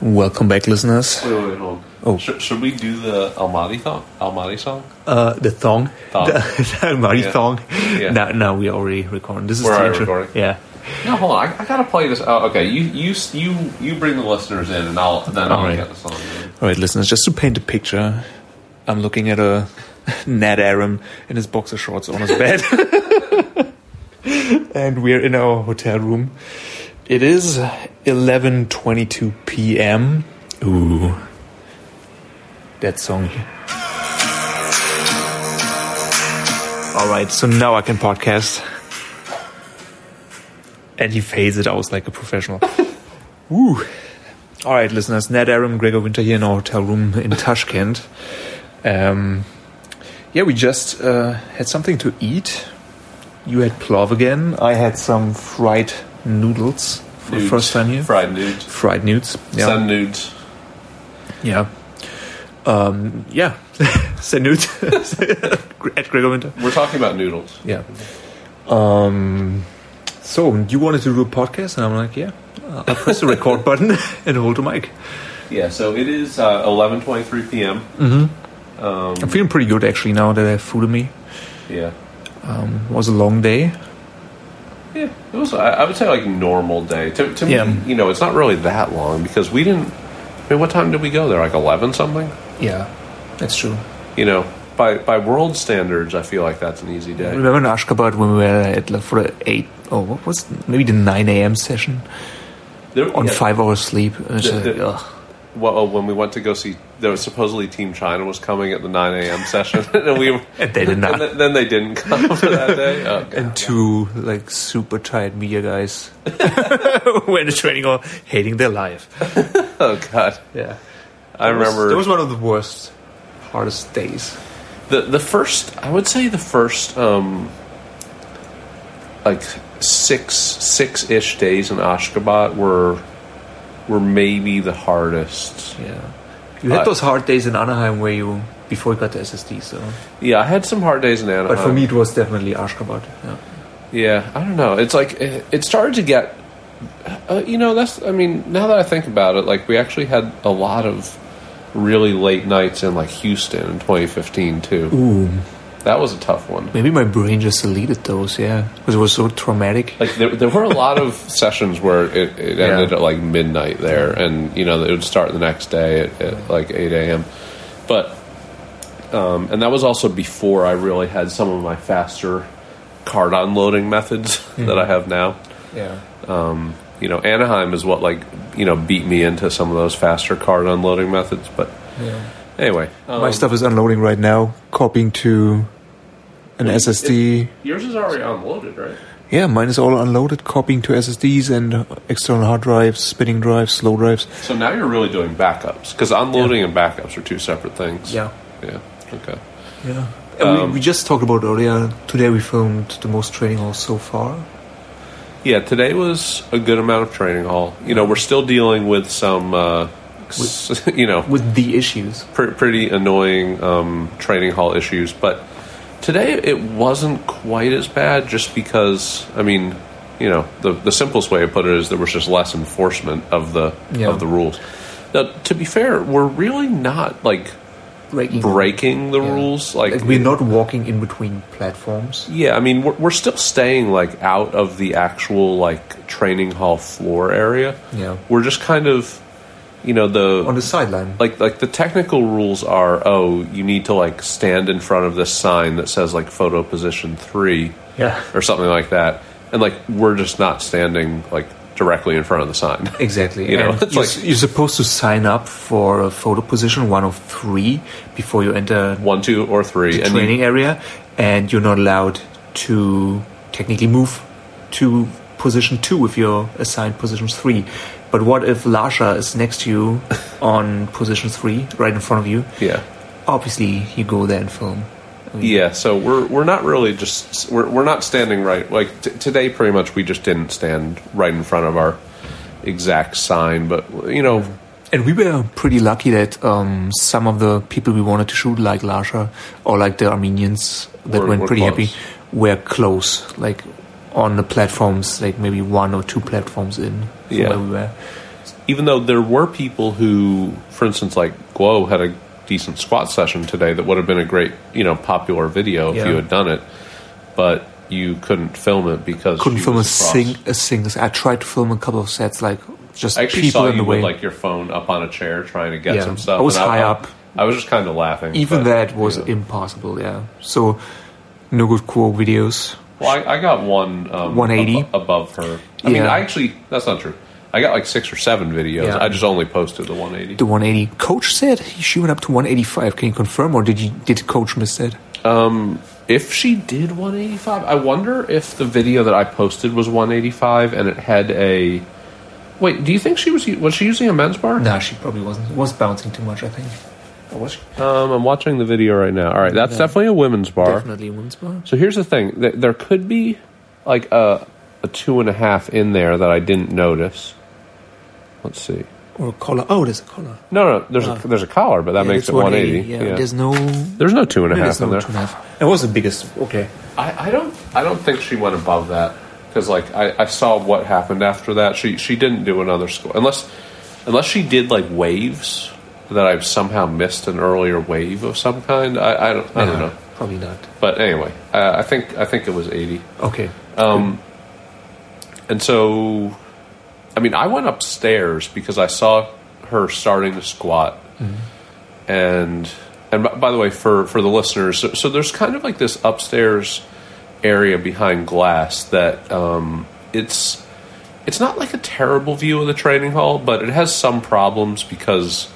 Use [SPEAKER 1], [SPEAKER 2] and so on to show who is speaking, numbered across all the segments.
[SPEAKER 1] Welcome back, listeners.
[SPEAKER 2] Wait, wait, wait, hold on.
[SPEAKER 1] Oh.
[SPEAKER 2] Should, should we do the Almighty thong? Almighty song?
[SPEAKER 1] Uh, the thong,
[SPEAKER 2] Thong.
[SPEAKER 1] the, the Almighty
[SPEAKER 2] Yeah.
[SPEAKER 1] thong.
[SPEAKER 2] Yeah.
[SPEAKER 1] Now, now we are already recording. This is
[SPEAKER 2] We're
[SPEAKER 1] the
[SPEAKER 2] already
[SPEAKER 1] intro.
[SPEAKER 2] recording.
[SPEAKER 1] Yeah.
[SPEAKER 2] No, hold on. I, I gotta play this. Oh, okay, you you s- you you bring the listeners in, and I'll then I'll
[SPEAKER 1] Alright.
[SPEAKER 2] get the song. in.
[SPEAKER 1] All right, listeners. Just to paint a picture, I'm looking at a Ned Aram in his boxer shorts on his bed, and we're in our hotel room. It is 11:22 p.m. Ooh, that song. All right, so now I can podcast. And he fades it out like a professional. Woo. All right, listeners. Ned Aram, Gregor Winter here in our hotel room in Tashkent. Um, yeah, we just uh, had something to eat. You had plov again. I had some fried noodles for the
[SPEAKER 2] Nudes.
[SPEAKER 1] first time here.
[SPEAKER 2] Fried nudes.
[SPEAKER 1] fried nudes. Yeah.
[SPEAKER 2] Send nudes.
[SPEAKER 1] Yeah. Um, yeah. Sanut. At Gregor Winter.
[SPEAKER 2] We're talking about noodles.
[SPEAKER 1] Yeah. Um, so, you wanted to do a podcast? And I'm like, yeah. Uh, I press the record button and hold the mic.
[SPEAKER 2] Yeah. So it is uh, eleven twenty three p.m.
[SPEAKER 1] I'm feeling pretty good actually now that I have food in me.
[SPEAKER 2] Yeah.
[SPEAKER 1] Um, it was a long day.
[SPEAKER 2] Yeah. It was. I, I would say like normal day. To, to
[SPEAKER 1] Yeah.
[SPEAKER 2] me, you know, it's not really that long because we didn't. I mean, what time did we go there? Like eleven something.
[SPEAKER 1] Yeah, that's true.
[SPEAKER 2] You know, by by world standards, I feel like that's an easy day.
[SPEAKER 1] Remember in Ashgabat when we were at like, for the 8 oh, what was it? maybe the 9 a.m. session
[SPEAKER 2] There-
[SPEAKER 1] on
[SPEAKER 2] yeah.
[SPEAKER 1] 5 hours sleep? It was
[SPEAKER 2] The-
[SPEAKER 1] like,
[SPEAKER 2] the-
[SPEAKER 1] ugh.
[SPEAKER 2] Well, uh, when we went to go see, there was supposedly Team China was coming at the 9 a.m. session, and we
[SPEAKER 1] And they did not.
[SPEAKER 2] And then, then they didn't come for that day. Oh, God.
[SPEAKER 1] and two like super tired media guys were in the training hall hating their life.
[SPEAKER 2] Oh, God.
[SPEAKER 1] Yeah,
[SPEAKER 2] I remember
[SPEAKER 1] It was one of the worst, hardest days.
[SPEAKER 2] the the first. I would say the first, um, like six six ish days in Ashgabat were were maybe the hardest.
[SPEAKER 1] Yeah, you had
[SPEAKER 2] Uh,
[SPEAKER 1] those hard days in Anaheim where you before you got the SSD. So,
[SPEAKER 2] Yeah, I had some hard days in Anaheim.
[SPEAKER 1] but for me it was definitely Ashgabat. Yeah.
[SPEAKER 2] Yeah, I don't know. It's like it, it started to get. Uh, you know, that's. I mean, now that I think about it, like we actually had a lot of really late nights in like Houston in 2015 too.
[SPEAKER 1] Ooh,
[SPEAKER 2] That was a tough one.
[SPEAKER 1] maybe my brain just deleted those. Yeah, because it was so traumatic.
[SPEAKER 2] Like there, there were a lot of sessions where it, it ended
[SPEAKER 1] Yeah.
[SPEAKER 2] at like midnight there, and you know it would start the next day at, at like 8 a.m. But um, and that was also before I really had some of my faster card unloading methods that I
[SPEAKER 1] Mm-hmm.
[SPEAKER 2] have now.
[SPEAKER 1] Yeah,
[SPEAKER 2] you know, Anaheim is what like you know beat me into some of those faster card unloading methods. But
[SPEAKER 1] yeah.
[SPEAKER 2] anyway,
[SPEAKER 1] my
[SPEAKER 2] um,
[SPEAKER 1] stuff is unloading right now, copying to an
[SPEAKER 2] Well, you-
[SPEAKER 1] SSD.
[SPEAKER 2] yours is already unloaded, right?
[SPEAKER 1] yeah, mine is all unloaded, copying to SSDs and external hard drives, spinning drives, slow drives.
[SPEAKER 2] So now you're really doing backups because unloading and backups are two separate things.
[SPEAKER 1] Yeah.
[SPEAKER 2] yeah, okay.
[SPEAKER 1] Yeah. we, we just talked about earlier. Today we filmed the most training halls so far.
[SPEAKER 2] Yeah, today was a good amount of training hall. You know, we're still dealing with some, uh, you know,
[SPEAKER 1] With the issues.
[SPEAKER 2] pr- pretty annoying um, training hall issues. But today it wasn't quite as bad, just because I mean, you know, the the simplest way to put it is there was just less enforcement of the
[SPEAKER 1] Yeah.
[SPEAKER 2] of the rules. Now, to be fair, we're really not like
[SPEAKER 1] Breaking.
[SPEAKER 2] breaking the
[SPEAKER 1] Yeah.
[SPEAKER 2] rules. Like,
[SPEAKER 1] we're not walking in between platforms.
[SPEAKER 2] yeah, I mean, we're, we're still staying like out of the actual like training hall floor area.
[SPEAKER 1] Yeah.
[SPEAKER 2] we're just kind of, you know, the
[SPEAKER 1] On the sideline.
[SPEAKER 2] like like the technical rules are oh you need to like stand in front of this sign that says like photo position three
[SPEAKER 1] Yeah.
[SPEAKER 2] or something like that and like we're just not standing like directly in front of the sign
[SPEAKER 1] Exactly.
[SPEAKER 2] You know,
[SPEAKER 1] And
[SPEAKER 2] it's
[SPEAKER 1] you're,
[SPEAKER 2] like-
[SPEAKER 1] s- you're supposed to sign up for a photo position, one of three, before you enter
[SPEAKER 2] one two or three
[SPEAKER 1] the
[SPEAKER 2] and you-
[SPEAKER 1] training area, and you're not allowed to technically move to position two if you're assigned position three. But what if Lasha is next to you on position three, right in front of you?
[SPEAKER 2] yeah
[SPEAKER 1] Obviously, you go there and film. I mean,
[SPEAKER 2] yeah so we're we're not really just we're, we're not standing right like t- today pretty much we just didn't stand right in front of our exact sign but you know
[SPEAKER 1] And we were pretty lucky that um, some of the people we wanted to shoot, like Lasha or like the Armenians that
[SPEAKER 2] Were-
[SPEAKER 1] went
[SPEAKER 2] were
[SPEAKER 1] pretty happy,
[SPEAKER 2] close.
[SPEAKER 1] were close, like on the platforms, like maybe one or two platforms in from
[SPEAKER 2] Yeah.
[SPEAKER 1] where we were.
[SPEAKER 2] even though there were people who, for instance, like Guo had a decent squat session today that would have been a great, you know, popular video if
[SPEAKER 1] Yeah.
[SPEAKER 2] you had done it, but you couldn't film it because
[SPEAKER 1] couldn't
[SPEAKER 2] she
[SPEAKER 1] film a
[SPEAKER 2] was cross.
[SPEAKER 1] sing a sing. I tried to film a couple of sets, like just
[SPEAKER 2] I actually
[SPEAKER 1] people
[SPEAKER 2] saw
[SPEAKER 1] in
[SPEAKER 2] you
[SPEAKER 1] the way.
[SPEAKER 2] with like your phone up on a chair trying to get
[SPEAKER 1] Yeah.
[SPEAKER 2] some stuff.
[SPEAKER 1] I was
[SPEAKER 2] and
[SPEAKER 1] high up.
[SPEAKER 2] I was just kind of laughing.
[SPEAKER 1] Even
[SPEAKER 2] but,
[SPEAKER 1] that was
[SPEAKER 2] you know.
[SPEAKER 1] impossible. Yeah, so no good core videos.
[SPEAKER 2] Well, I, I got one um,
[SPEAKER 1] 180?
[SPEAKER 2] ab- above her. I mean,
[SPEAKER 1] Yeah.
[SPEAKER 2] I actually that's not true. I got like six or seven videos.
[SPEAKER 1] Yeah.
[SPEAKER 2] I just only posted the 180.
[SPEAKER 1] The 180 coach said she went up to 185. Can you confirm, or did you did coach miss that?
[SPEAKER 2] If she did 185, I wonder if the video that I posted was 185 and it had a. Wait, do you think she was u- was she using a men's bar?
[SPEAKER 1] Nah, she probably wasn't. Was bouncing too much, I think. was
[SPEAKER 2] Um, I'm watching the video right now. All right, that's
[SPEAKER 1] No.
[SPEAKER 2] definitely a women's bar.
[SPEAKER 1] definitely women's bar.
[SPEAKER 2] So here's the thing: Th- there could be like a a two and a half in there that I didn't notice. Let's see.
[SPEAKER 1] Or a collar. Oh, there's a collar.
[SPEAKER 2] No, no, there's
[SPEAKER 1] Ah.
[SPEAKER 2] a there's a collar, but that
[SPEAKER 1] Yeah,
[SPEAKER 2] makes
[SPEAKER 1] it's
[SPEAKER 2] it 180.
[SPEAKER 1] Yeah. there's no.
[SPEAKER 2] There's no two and a
[SPEAKER 1] maybe
[SPEAKER 2] half
[SPEAKER 1] there's
[SPEAKER 2] in
[SPEAKER 1] no
[SPEAKER 2] there.
[SPEAKER 1] two and a half. It was the biggest. Okay.
[SPEAKER 2] I, I don't I don't think she went above that because like I, I saw what happened after that. She she didn't do another score unless unless she did like waves that I've somehow missed an earlier wave of some kind. I, I don't I don't
[SPEAKER 1] Nah,
[SPEAKER 2] know.
[SPEAKER 1] Uh, Probably not.
[SPEAKER 2] But anyway, uh, I think I think it was 80.
[SPEAKER 1] Okay.
[SPEAKER 2] And so, I mean, I went upstairs because I saw her starting to squat, and and b- by the way, for for the listeners, so, so there's kind of like this upstairs area behind glass that um, it's it's not like a terrible view of the training hall, but it has some problems because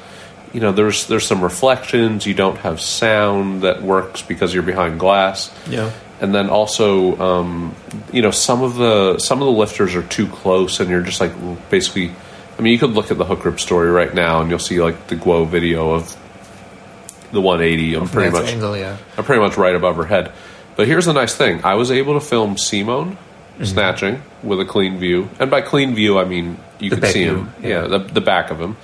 [SPEAKER 2] you know there's there's some reflections. You don't have sound that works because you're behind glass
[SPEAKER 1] yeah.
[SPEAKER 2] and then also um, you know some of the some of the lifters are too close and you're just like basically i mean you could look at the hook grip story right now and you'll see like the guo video of the 180 i'm pretty
[SPEAKER 1] That's
[SPEAKER 2] much
[SPEAKER 1] angle, yeah.
[SPEAKER 2] i'm pretty much right above her head but here's the nice thing i was able to film simone
[SPEAKER 1] Mm-hmm.
[SPEAKER 2] snatching with a clean view and by clean view i mean you
[SPEAKER 1] The
[SPEAKER 2] could
[SPEAKER 1] back
[SPEAKER 2] see him
[SPEAKER 1] view,
[SPEAKER 2] yeah, the, the back of him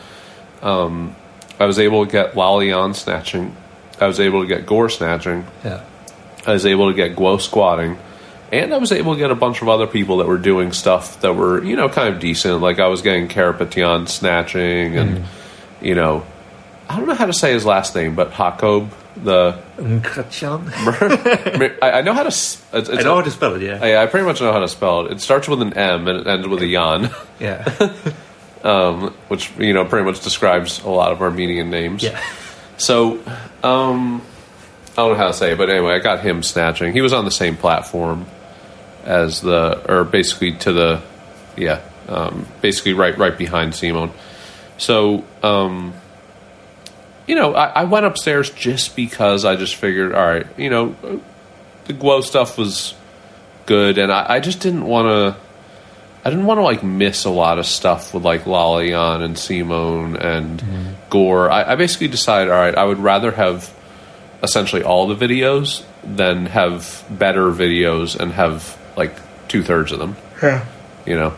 [SPEAKER 2] um, i was able to get lalian snatching i was able to get gore snatching
[SPEAKER 1] Yeah.
[SPEAKER 2] I was able to get Guo squatting, and I was able to get a bunch of other people that were doing stuff that were you know kind of decent. Like I was getting Karapetian snatching, and
[SPEAKER 1] Mm-hmm.
[SPEAKER 2] you know, I don't know how to say his last name, but Hakob the.
[SPEAKER 1] Nkratjan.
[SPEAKER 2] I I know how to. s- It's, it's
[SPEAKER 1] I know how to spell it, yeah.
[SPEAKER 2] I, I pretty much know how to spell it. It starts with an M and it ends with a yan,
[SPEAKER 1] yeah.
[SPEAKER 2] which you know pretty much describes a lot of Armenian names.
[SPEAKER 1] Yeah.
[SPEAKER 2] So, um, I don't know how to say it, but anyway, I got him snatching. He was on the same platform as the, or basically to the, yeah, um, basically right right behind Simon. So, um, you know, I, I went upstairs just because I just figured, all right, you know, the glow stuff was good, and I, I just didn't want to. I didn't want to like miss a lot of stuff with like Lalian and Simone and Gore. I, I basically decided, all right, I would rather have essentially all the videos than have better videos and have like two thirds of them
[SPEAKER 1] yeah.
[SPEAKER 2] you know.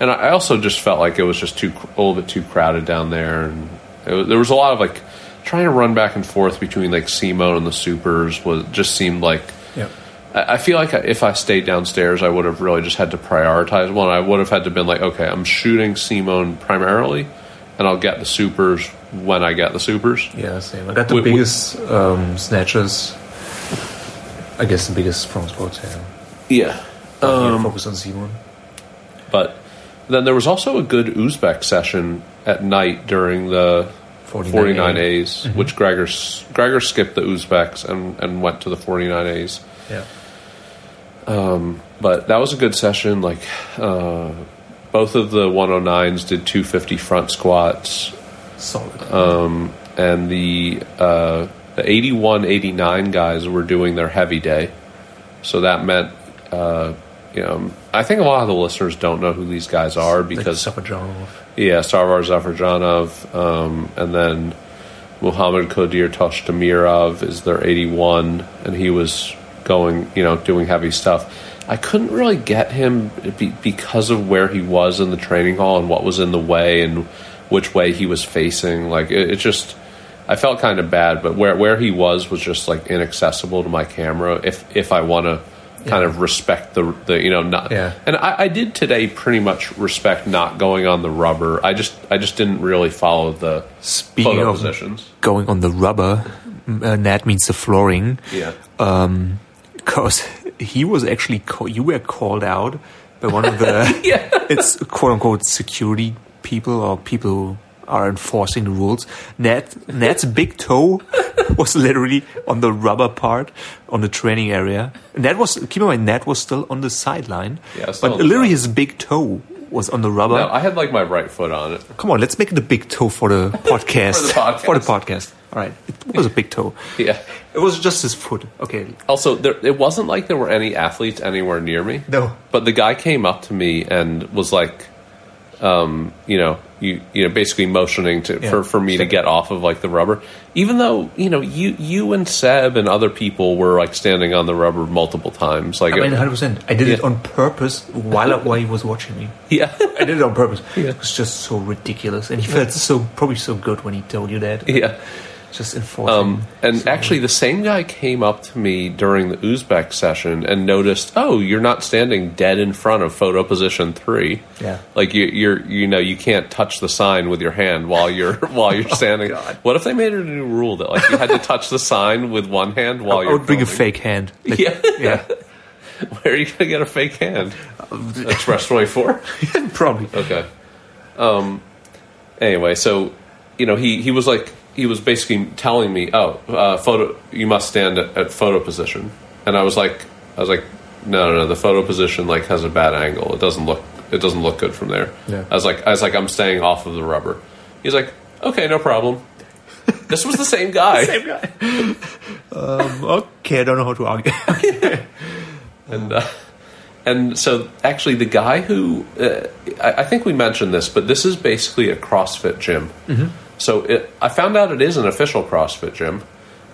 [SPEAKER 2] And I I also just felt like it was just too a little bit too crowded down there, and it was, there was a lot of like trying to run back and forth between like C mode and the supers was just seemed like
[SPEAKER 1] Yeah.
[SPEAKER 2] I, I feel like if I stayed downstairs, I would have really just had to prioritize one. I would have had to been like, okay, I'm shooting C mode primarily, and I'll get the supers when I get the supers.
[SPEAKER 1] Yeah, same. I got the
[SPEAKER 2] Wi- wi-
[SPEAKER 1] biggest um, snatches. I guess the biggest from sports. Yeah.
[SPEAKER 2] Yeah,
[SPEAKER 1] Um, focus on Simon.
[SPEAKER 2] But then there was also a good Uzbek session at night during the
[SPEAKER 1] 49A.
[SPEAKER 2] 49As, which Gregor, Gregor skipped the Uzbeks and, and went to the 49As.
[SPEAKER 1] Yeah.
[SPEAKER 2] But that was a good session. Like, uh, both of the 109s did 250 front squats,
[SPEAKER 1] Solid.
[SPEAKER 2] and the, uh, the 81 89 guys were doing their heavy day. So that meant, uh, you know, I think a lot of the listeners don't know who these guys are because
[SPEAKER 1] Like Safajanov.
[SPEAKER 2] Yeah, Sarvar Zafarjanov, um, and then Muhammad Kodir Toshtamirov is their 81, and he was going, you know, doing heavy stuff. I couldn't really get him be- because of where he was in the training hall and what was in the way and which way he was facing. Like, it, it just, I felt kind of bad, but where, where he was was just, like, inaccessible to my camera if, if I want to kind of respect the the you know not
[SPEAKER 1] Yeah.
[SPEAKER 2] and I, I did today pretty much respect not going on the rubber. I just I just didn't really follow the
[SPEAKER 1] Speaking
[SPEAKER 2] photo
[SPEAKER 1] of-
[SPEAKER 2] positions.
[SPEAKER 1] Going on the rubber, m- uh, that means the flooring.
[SPEAKER 2] Yeah.
[SPEAKER 1] um, because he was actually call- you were called out by one of the it's quote unquote security people or people who are enforcing the rules. Ned Ned's big toe was literally on the rubber part on the training area. Ned was keep in mind Ned was still on the sideline,
[SPEAKER 2] Yeah, still
[SPEAKER 1] but
[SPEAKER 2] on the
[SPEAKER 1] literally his
[SPEAKER 2] side.
[SPEAKER 1] big toe was on the rubber.
[SPEAKER 2] No, I had like my right foot on it.
[SPEAKER 1] Come on, let's make it a big toe for the podcast.
[SPEAKER 2] podcast.
[SPEAKER 1] for the podcast. All right, it was a big toe.
[SPEAKER 2] Yeah.
[SPEAKER 1] It was just his foot. Okay,
[SPEAKER 2] Also, there, it wasn't like there were any athletes anywhere near me.
[SPEAKER 1] No.
[SPEAKER 2] But the guy came up to me and was like, um, you know, you you know, basically motioning to
[SPEAKER 1] Yeah.
[SPEAKER 2] for, for me to get off of like the rubber. Even though you know you you and Seb and other people were like standing on the rubber multiple times. Like,
[SPEAKER 1] I mean, 100%. I did it
[SPEAKER 2] Yeah.
[SPEAKER 1] on purpose while, I- while he was watching me.
[SPEAKER 2] yeah,
[SPEAKER 1] I did it on purpose.
[SPEAKER 2] Yeah.
[SPEAKER 1] It was just so ridiculous. And he felt so, probably so good when he told you that.
[SPEAKER 2] yeah.
[SPEAKER 1] Just enforcing.
[SPEAKER 2] Um, and actually, the same guy came up to me during the Uzbek session and noticed, oh, you're not standing dead in front of photo position three.
[SPEAKER 1] Yeah.
[SPEAKER 2] like you, you're, you know, you can't touch the sign with your hand while you're while you're standing.
[SPEAKER 1] Oh, God.
[SPEAKER 2] what if they made it a new rule that like you had to touch the sign with one hand while
[SPEAKER 1] I
[SPEAKER 2] you're?
[SPEAKER 1] would bring a
[SPEAKER 2] filming?
[SPEAKER 1] fake hand. Like,
[SPEAKER 2] Yeah.
[SPEAKER 1] yeah.
[SPEAKER 2] Where are you gonna get a fake hand? Expressway four.
[SPEAKER 1] probably.
[SPEAKER 2] Okay. Um. Anyway, so you know, he he was like he was basically telling me, "Oh, uh, photo, you must stand at, at photo position," and I was like, I was like, "No, no, no, the photo position like has a bad angle. It doesn't look it doesn't look good from there."
[SPEAKER 1] Yeah.
[SPEAKER 2] I was like, I was like, I'm staying off of the rubber. He's like, "Okay, no problem." this was the same guy.
[SPEAKER 1] Um, okay, I don't know how to argue.
[SPEAKER 2] and uh, and so actually the guy who uh, I, I think we mentioned this, but this is basically a CrossFit gym. Mm-hmm. So it, I found out it is an official CrossFit gym.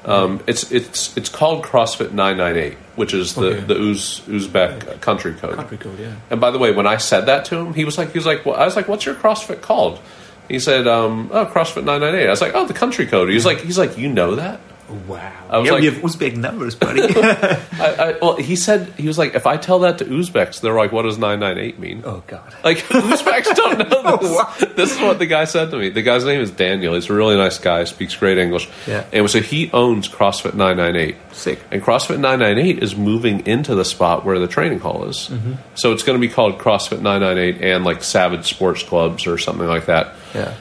[SPEAKER 2] Um, it's it's it's called CrossFit nine nine eight, which is the
[SPEAKER 1] Okay.
[SPEAKER 2] the Uz, Uzbek country code.
[SPEAKER 1] Country code, yeah.
[SPEAKER 2] And by the way, when I said that to him, he was like, he was like, well, I was like, what's your CrossFit called? He said, um, oh, CrossFit nine nine eight. I was like, oh, the country code. He's
[SPEAKER 1] Mm-hmm.
[SPEAKER 2] like, he's like, you know that?
[SPEAKER 1] Wow.
[SPEAKER 2] I was
[SPEAKER 1] yeah, we
[SPEAKER 2] like-
[SPEAKER 1] have Uzbek numbers, buddy.
[SPEAKER 2] I, I, well, he said he was like, if I tell that to Uzbeks, they're like, what does nine nine eight mean?
[SPEAKER 1] oh, God.
[SPEAKER 2] Like Uzbeks don't know this.
[SPEAKER 1] Oh, wow.
[SPEAKER 2] This is what the guy said to me. The guy's name is Daniel. He's a really nice guy. Speaks great English.
[SPEAKER 1] Yeah.
[SPEAKER 2] And so he owns CrossFit 998.
[SPEAKER 1] Sick.
[SPEAKER 2] And CrossFit 998 is moving into the spot where the training hall is.
[SPEAKER 1] Mm-hmm.
[SPEAKER 2] So it's going to be called CrossFit 998 and like Savage Sports Clubs or something like that.
[SPEAKER 1] Yeah.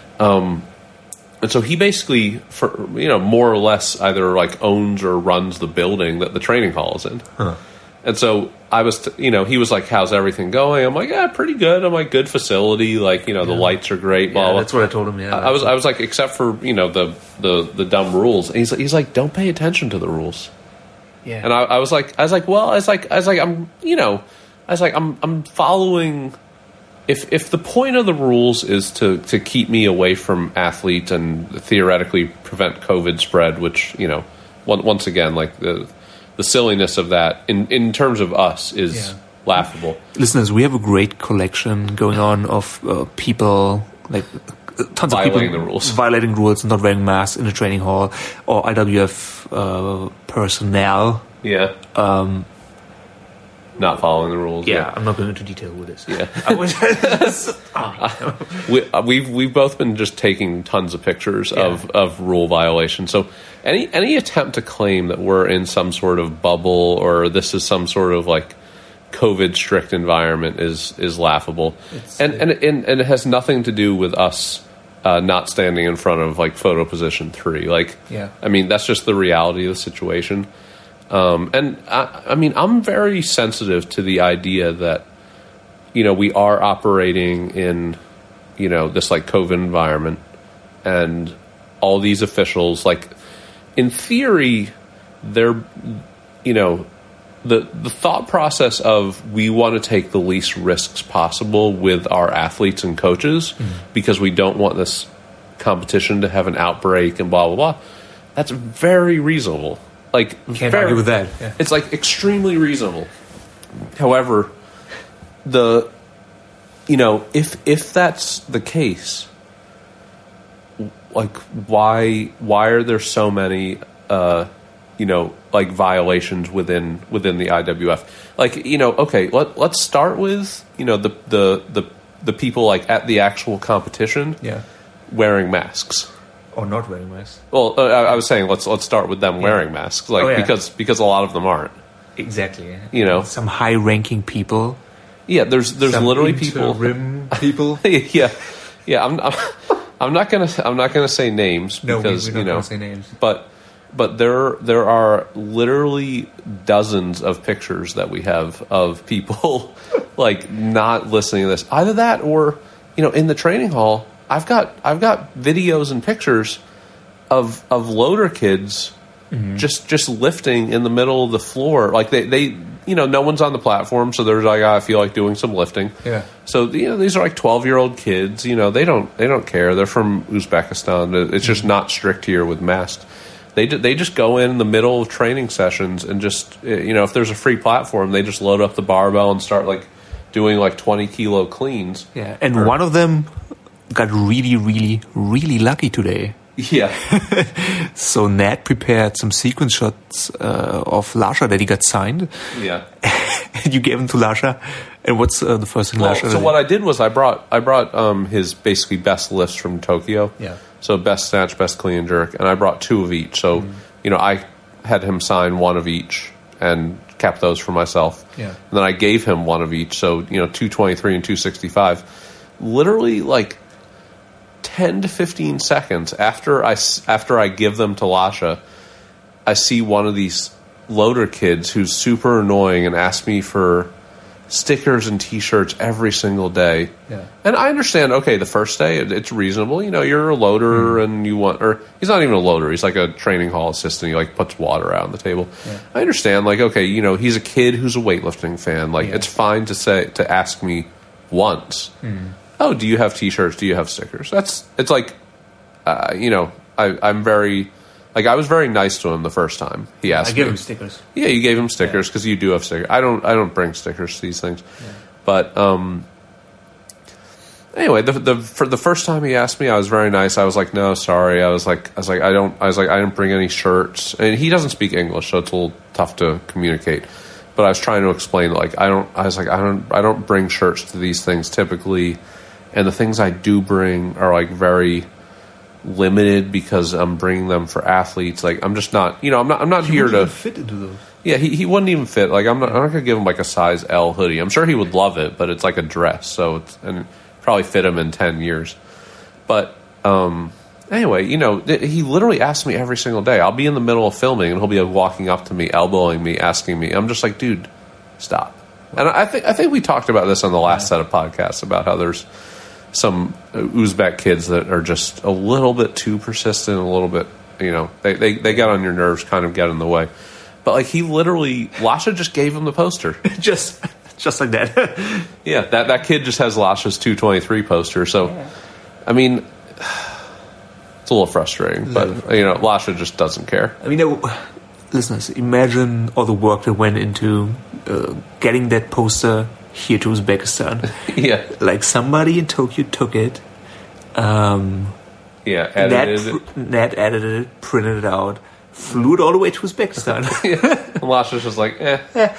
[SPEAKER 2] And so he basically, for you know, more or less, either like owns or runs the building that the training hall is in. And so I was, t- you know, he was like, "How's everything going?" I'm like, "Yeah, pretty good." I'm like, "Good facility. Like, you know, the lights are great." Blah.
[SPEAKER 1] yeah,
[SPEAKER 2] blah.
[SPEAKER 1] that's what I told him. Yeah,
[SPEAKER 2] I was. I was like, except for you know the the the dumb rules. And he's like, he's like, don't pay attention to the rules.
[SPEAKER 1] yeah.
[SPEAKER 2] And I, I was like, I was like, well, I was like, I was like, I'm, you know, I was like, I'm, I'm following. If if the point of the rules is to to keep me away from athletes and theoretically prevent COVID spread, which you know, on- once again, like the the silliness of that in in terms of us is
[SPEAKER 1] Yeah.
[SPEAKER 2] laughable.
[SPEAKER 1] listeners, we have a great collection going on of uh, people like uh, tons of
[SPEAKER 2] Violating
[SPEAKER 1] people
[SPEAKER 2] the rules.
[SPEAKER 1] violating rules, not wearing masks in the training hall, or IWF uh, personnel.
[SPEAKER 2] Yeah.
[SPEAKER 1] Um,
[SPEAKER 2] Not following the rules.
[SPEAKER 1] I'm not going into detail with this.
[SPEAKER 2] Yeah.
[SPEAKER 1] I was- Ah,
[SPEAKER 2] we, uh, we've we've both been just taking tons of pictures of, of rule violations. So any any attempt to claim that we're in some sort of bubble or this is some sort of like COVID strict environment is is laughable, and, and and and it has nothing to do with us uh, not standing in front of like photo position three. Like,
[SPEAKER 1] Yeah.
[SPEAKER 2] I mean that's just the reality of the situation. Um, and I, I mean, I'm very sensitive to the idea that you know we are operating in you know this like COVID environment, and all these officials, like in theory, they're you know the the thought process of we want to take the least risks possible with our athletes and coaches
[SPEAKER 1] Mm-hmm.
[SPEAKER 2] because we don't want this competition to have an outbreak and blah blah blah. That's very reasonable. Like
[SPEAKER 1] Can't
[SPEAKER 2] very-
[SPEAKER 1] argue with that. Yeah.
[SPEAKER 2] It's like extremely reasonable. However, the you know if if that's the case, like why why are there so many uh, you know like violations within within the IWF. Like you know, okay, let let's start with you know the the the the people like at the actual competition
[SPEAKER 1] Yeah.
[SPEAKER 2] wearing masks.
[SPEAKER 1] Or not wearing masks.
[SPEAKER 2] Well, uh, I, I was saying let's let's start with them wearing masks, like
[SPEAKER 1] Oh, yeah.
[SPEAKER 2] because because a lot of them aren't.
[SPEAKER 1] Exactly. yeah.
[SPEAKER 2] You know,
[SPEAKER 1] Some high ranking people.
[SPEAKER 2] yeah. There's there's
[SPEAKER 1] some
[SPEAKER 2] literally people
[SPEAKER 1] interim people.
[SPEAKER 2] yeah, yeah. I'm, I'm, I'm not gonna I'm not gonna say names
[SPEAKER 1] No, we-
[SPEAKER 2] because
[SPEAKER 1] we're not
[SPEAKER 2] you know,
[SPEAKER 1] gonna say names.
[SPEAKER 2] But but there there are literally dozens of pictures that we have of people like not listening to this. Either that or you know in the training hall, I've got I've got videos and pictures of of loader kids
[SPEAKER 1] Mm-hmm.
[SPEAKER 2] just just lifting in the middle of the floor like they they you know no one's on the platform so there's like "Oh, i feel like doing some lifting
[SPEAKER 1] Yeah.
[SPEAKER 2] so you know these are like 12 year old kids you know they don't they don't care they're from uzbekistan it's just not strict here with masks they, ju- they just go in the middle of training sessions and just eh, you know if there's a free platform they just load up the barbell and start like doing like 20 kilo cleans
[SPEAKER 1] Yeah. And one of them got really, really, really lucky today.
[SPEAKER 2] yeah
[SPEAKER 1] So Ned prepared some sequence shots uh, of Lasha that he got signed.
[SPEAKER 2] yeah
[SPEAKER 1] and you gave them to Lasha. And what's uh, the first thing
[SPEAKER 2] Well,
[SPEAKER 1] Lasha?
[SPEAKER 2] so what I did was I brought I brought um, his basically best lifts from Tokyo.
[SPEAKER 1] Yeah.
[SPEAKER 2] So best snatch, best clean and jerk, and I brought two of each. So
[SPEAKER 1] Mm-hmm.
[SPEAKER 2] you know I had him sign one of each and kept those for myself.
[SPEAKER 1] Yeah.
[SPEAKER 2] And then I gave him one of each. So you know two twenty three and two sixty five. Literally like ten to fifteen seconds after I s- after I give them to Lasha, I see one of these loader kids who's super annoying and asks me for stickers and T-shirts every single day.
[SPEAKER 1] Yeah.
[SPEAKER 2] And I understand. Okay, the first day it- it's reasonable. You know, you're a loader
[SPEAKER 1] Hmm.
[SPEAKER 2] and you want, or he's not even a loader. He's like a training hall assistant. He like puts water out on the table. I understand. Like, okay, you know, he's a kid who's a weightlifting fan. Like,
[SPEAKER 1] Yeah.
[SPEAKER 2] it's fine to say to ask me once.
[SPEAKER 1] Hmm.
[SPEAKER 2] Oh, do you have T-shirts? Do you have stickers? That's it's like uh, you know, I, I'm very like I was very nice to him the first time he asked. me.
[SPEAKER 1] stickers.
[SPEAKER 2] Yeah, you gave him stickers because you do have stickers. I don't. I don't bring stickers to these things, but um. Anyway, the the for the first time he asked me, I was very nice. I was like, "No, sorry." I was like, "I was like, I don't." I was like, "I didn't bring any shirts," and he doesn't speak English, so it's a little tough to communicate. But I was trying to explain, like, I don't. I was like, I don't. I don't bring shirts to these things typically, and the things I do bring are like very limited because I'm bringing them for athletes. Like, I'm just not. You know, I'm not. I'm not here to
[SPEAKER 1] fit into those.
[SPEAKER 2] yeah, he, he wouldn't even fit. Like I'm not, I'm not gonna give him like a size L hoodie. I'm sure he would love it, but it's like a dress, so it's and probably fit him in ten years. But um, anyway, you know, th- he literally asks me every single day. I'll be in the middle of filming, and he'll be like, walking up to me, elbowing me, asking me. I'm just like, dude, stop. And I think I think we talked about this on the last set of podcasts about how there's some uh, Uzbek kids that are just a little bit too persistent, a little bit, you know, they, they, they get on your nerves, kind of get in the way. But like he literally, Lasha just gave him the poster.
[SPEAKER 1] just, just like that.
[SPEAKER 2] Yeah, that that kid just has Lasha's two twenty three poster. So, I mean, it's a little frustrating, but you know, Lasha just doesn't care.
[SPEAKER 1] I mean, I w- listeners, imagine all the work that went into uh, getting that poster here to Uzbekistan.
[SPEAKER 2] Yeah,
[SPEAKER 1] like somebody in Tokyo took it. Um,
[SPEAKER 2] yeah,
[SPEAKER 1] Ned,
[SPEAKER 2] edited it.
[SPEAKER 1] pr- Ned edited it, printed it out, flew it all the way to Uzbekistan.
[SPEAKER 2] And Lasha's just like, eh.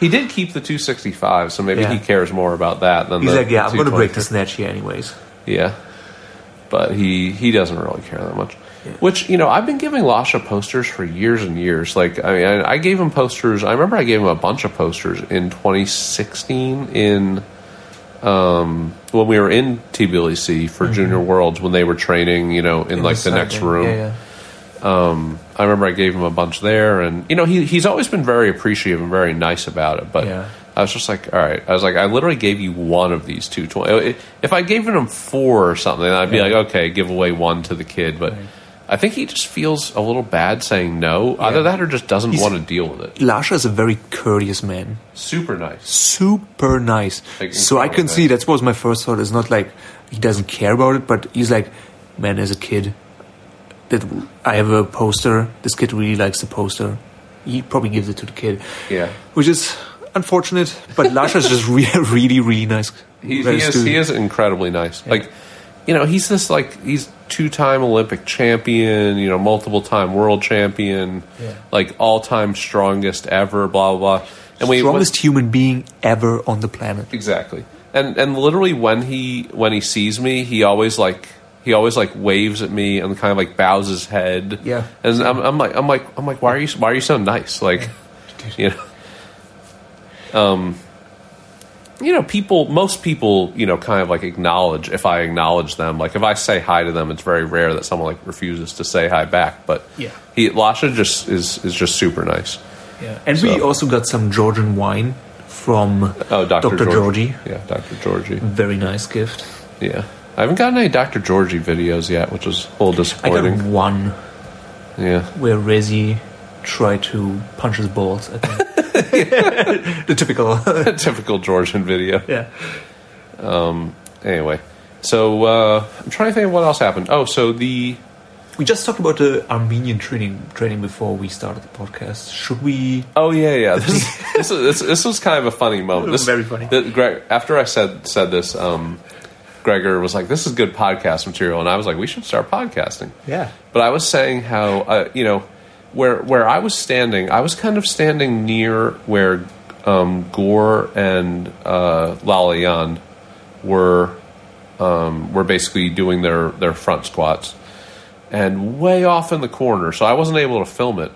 [SPEAKER 2] He did keep the two sixty five, so maybe
[SPEAKER 1] Yeah.
[SPEAKER 2] he cares more about that than
[SPEAKER 1] He's
[SPEAKER 2] the
[SPEAKER 1] like, yeah, I'm going to break
[SPEAKER 2] 223.
[SPEAKER 1] the snatch here anyways.
[SPEAKER 2] Yeah. But he he doesn't really care that much. Which, you know, I've been giving Lasha posters for years and years. Like, I mean, I, I gave him posters. I remember I gave him a bunch of posters in 2016 in um, when we were in TBLC E for Junior Worlds when they were training, you know, in, like the next
[SPEAKER 1] Exactly.
[SPEAKER 2] room.
[SPEAKER 1] Yeah, yeah.
[SPEAKER 2] I remember I gave him a bunch there, and you know he he's always been very appreciative and very nice about it. But
[SPEAKER 1] Yeah.
[SPEAKER 2] I was just like, all right, I was like, I literally gave you one of these two twenty. If I gave him four or something, I'd be
[SPEAKER 1] Yeah.
[SPEAKER 2] like, okay, give away one to the kid. But I think he just feels a little bad saying no. Either that or just doesn't
[SPEAKER 1] He's-
[SPEAKER 2] want to deal with it.
[SPEAKER 1] Lasha is a very courteous man.
[SPEAKER 2] Super nice.
[SPEAKER 1] Super nice.
[SPEAKER 2] Like,
[SPEAKER 1] so I can
[SPEAKER 2] incredibly
[SPEAKER 1] see
[SPEAKER 2] nice.
[SPEAKER 1] that's was my first thought. It's not like he doesn't care about it, but he's like, man, as a kid, that w- I have a poster. This kid really likes the poster. He probably gives it to the kid.
[SPEAKER 2] Yeah.
[SPEAKER 1] Which is unfortunate, but Lasha is just re- really, really nice.
[SPEAKER 2] He, he
[SPEAKER 1] nice
[SPEAKER 2] is
[SPEAKER 1] dude.
[SPEAKER 2] he is incredibly nice. Like you know, he's this like he's two time Olympic champion, you know, multiple time world champion,
[SPEAKER 1] Yeah.
[SPEAKER 2] like all time strongest ever, blah blah blah. And we
[SPEAKER 1] Strongest human being ever on the planet.
[SPEAKER 2] exactly. And and literally when he when he sees me, he always like he always like waves at me and kind of like bows his head.
[SPEAKER 1] Yeah.
[SPEAKER 2] And I'm, I'm like I'm like I'm like why are you why are you so nice like you know Um, you know, people, most people, you know, kind of like acknowledge if I acknowledge them. Like if I say hi to them, it's very rare that someone like refuses to say hi back. But
[SPEAKER 1] Yeah.
[SPEAKER 2] he Lasha just is is just super nice.
[SPEAKER 1] Yeah. And we
[SPEAKER 2] So-
[SPEAKER 1] also got some Georgian wine from
[SPEAKER 2] Oh, Doctor
[SPEAKER 1] Dr. Georgie.
[SPEAKER 2] yeah, Doctor Georgie,
[SPEAKER 1] Very nice gift.
[SPEAKER 2] yeah. I haven't gotten any Doctor Georgie videos yet, which is a little
[SPEAKER 1] I got
[SPEAKER 2] disappointing.
[SPEAKER 1] one
[SPEAKER 2] yeah,
[SPEAKER 1] where Rezi tried to punch his balls. I think. the typical.
[SPEAKER 2] typical Georgian video.
[SPEAKER 1] yeah.
[SPEAKER 2] Anyway, so uh, I'm trying to think of what else happened. Oh, so the
[SPEAKER 1] We just talked about the Armenian training training before we started the podcast. Should we?
[SPEAKER 2] Oh yeah, yeah. This is, this, is, this, this was kind of a funny moment. This
[SPEAKER 1] Very funny.
[SPEAKER 2] the- Greg, after I said said this, um, Gregor was like, "This is good podcast material," and I was like, "We should start podcasting."
[SPEAKER 1] Yeah.
[SPEAKER 2] But I was saying how uh, you know where where I was standing, I was kind of standing near where um, Gore and uh, Lalayan were um, were basically doing their their front squats, and way off in the corner, so I wasn't able to film it.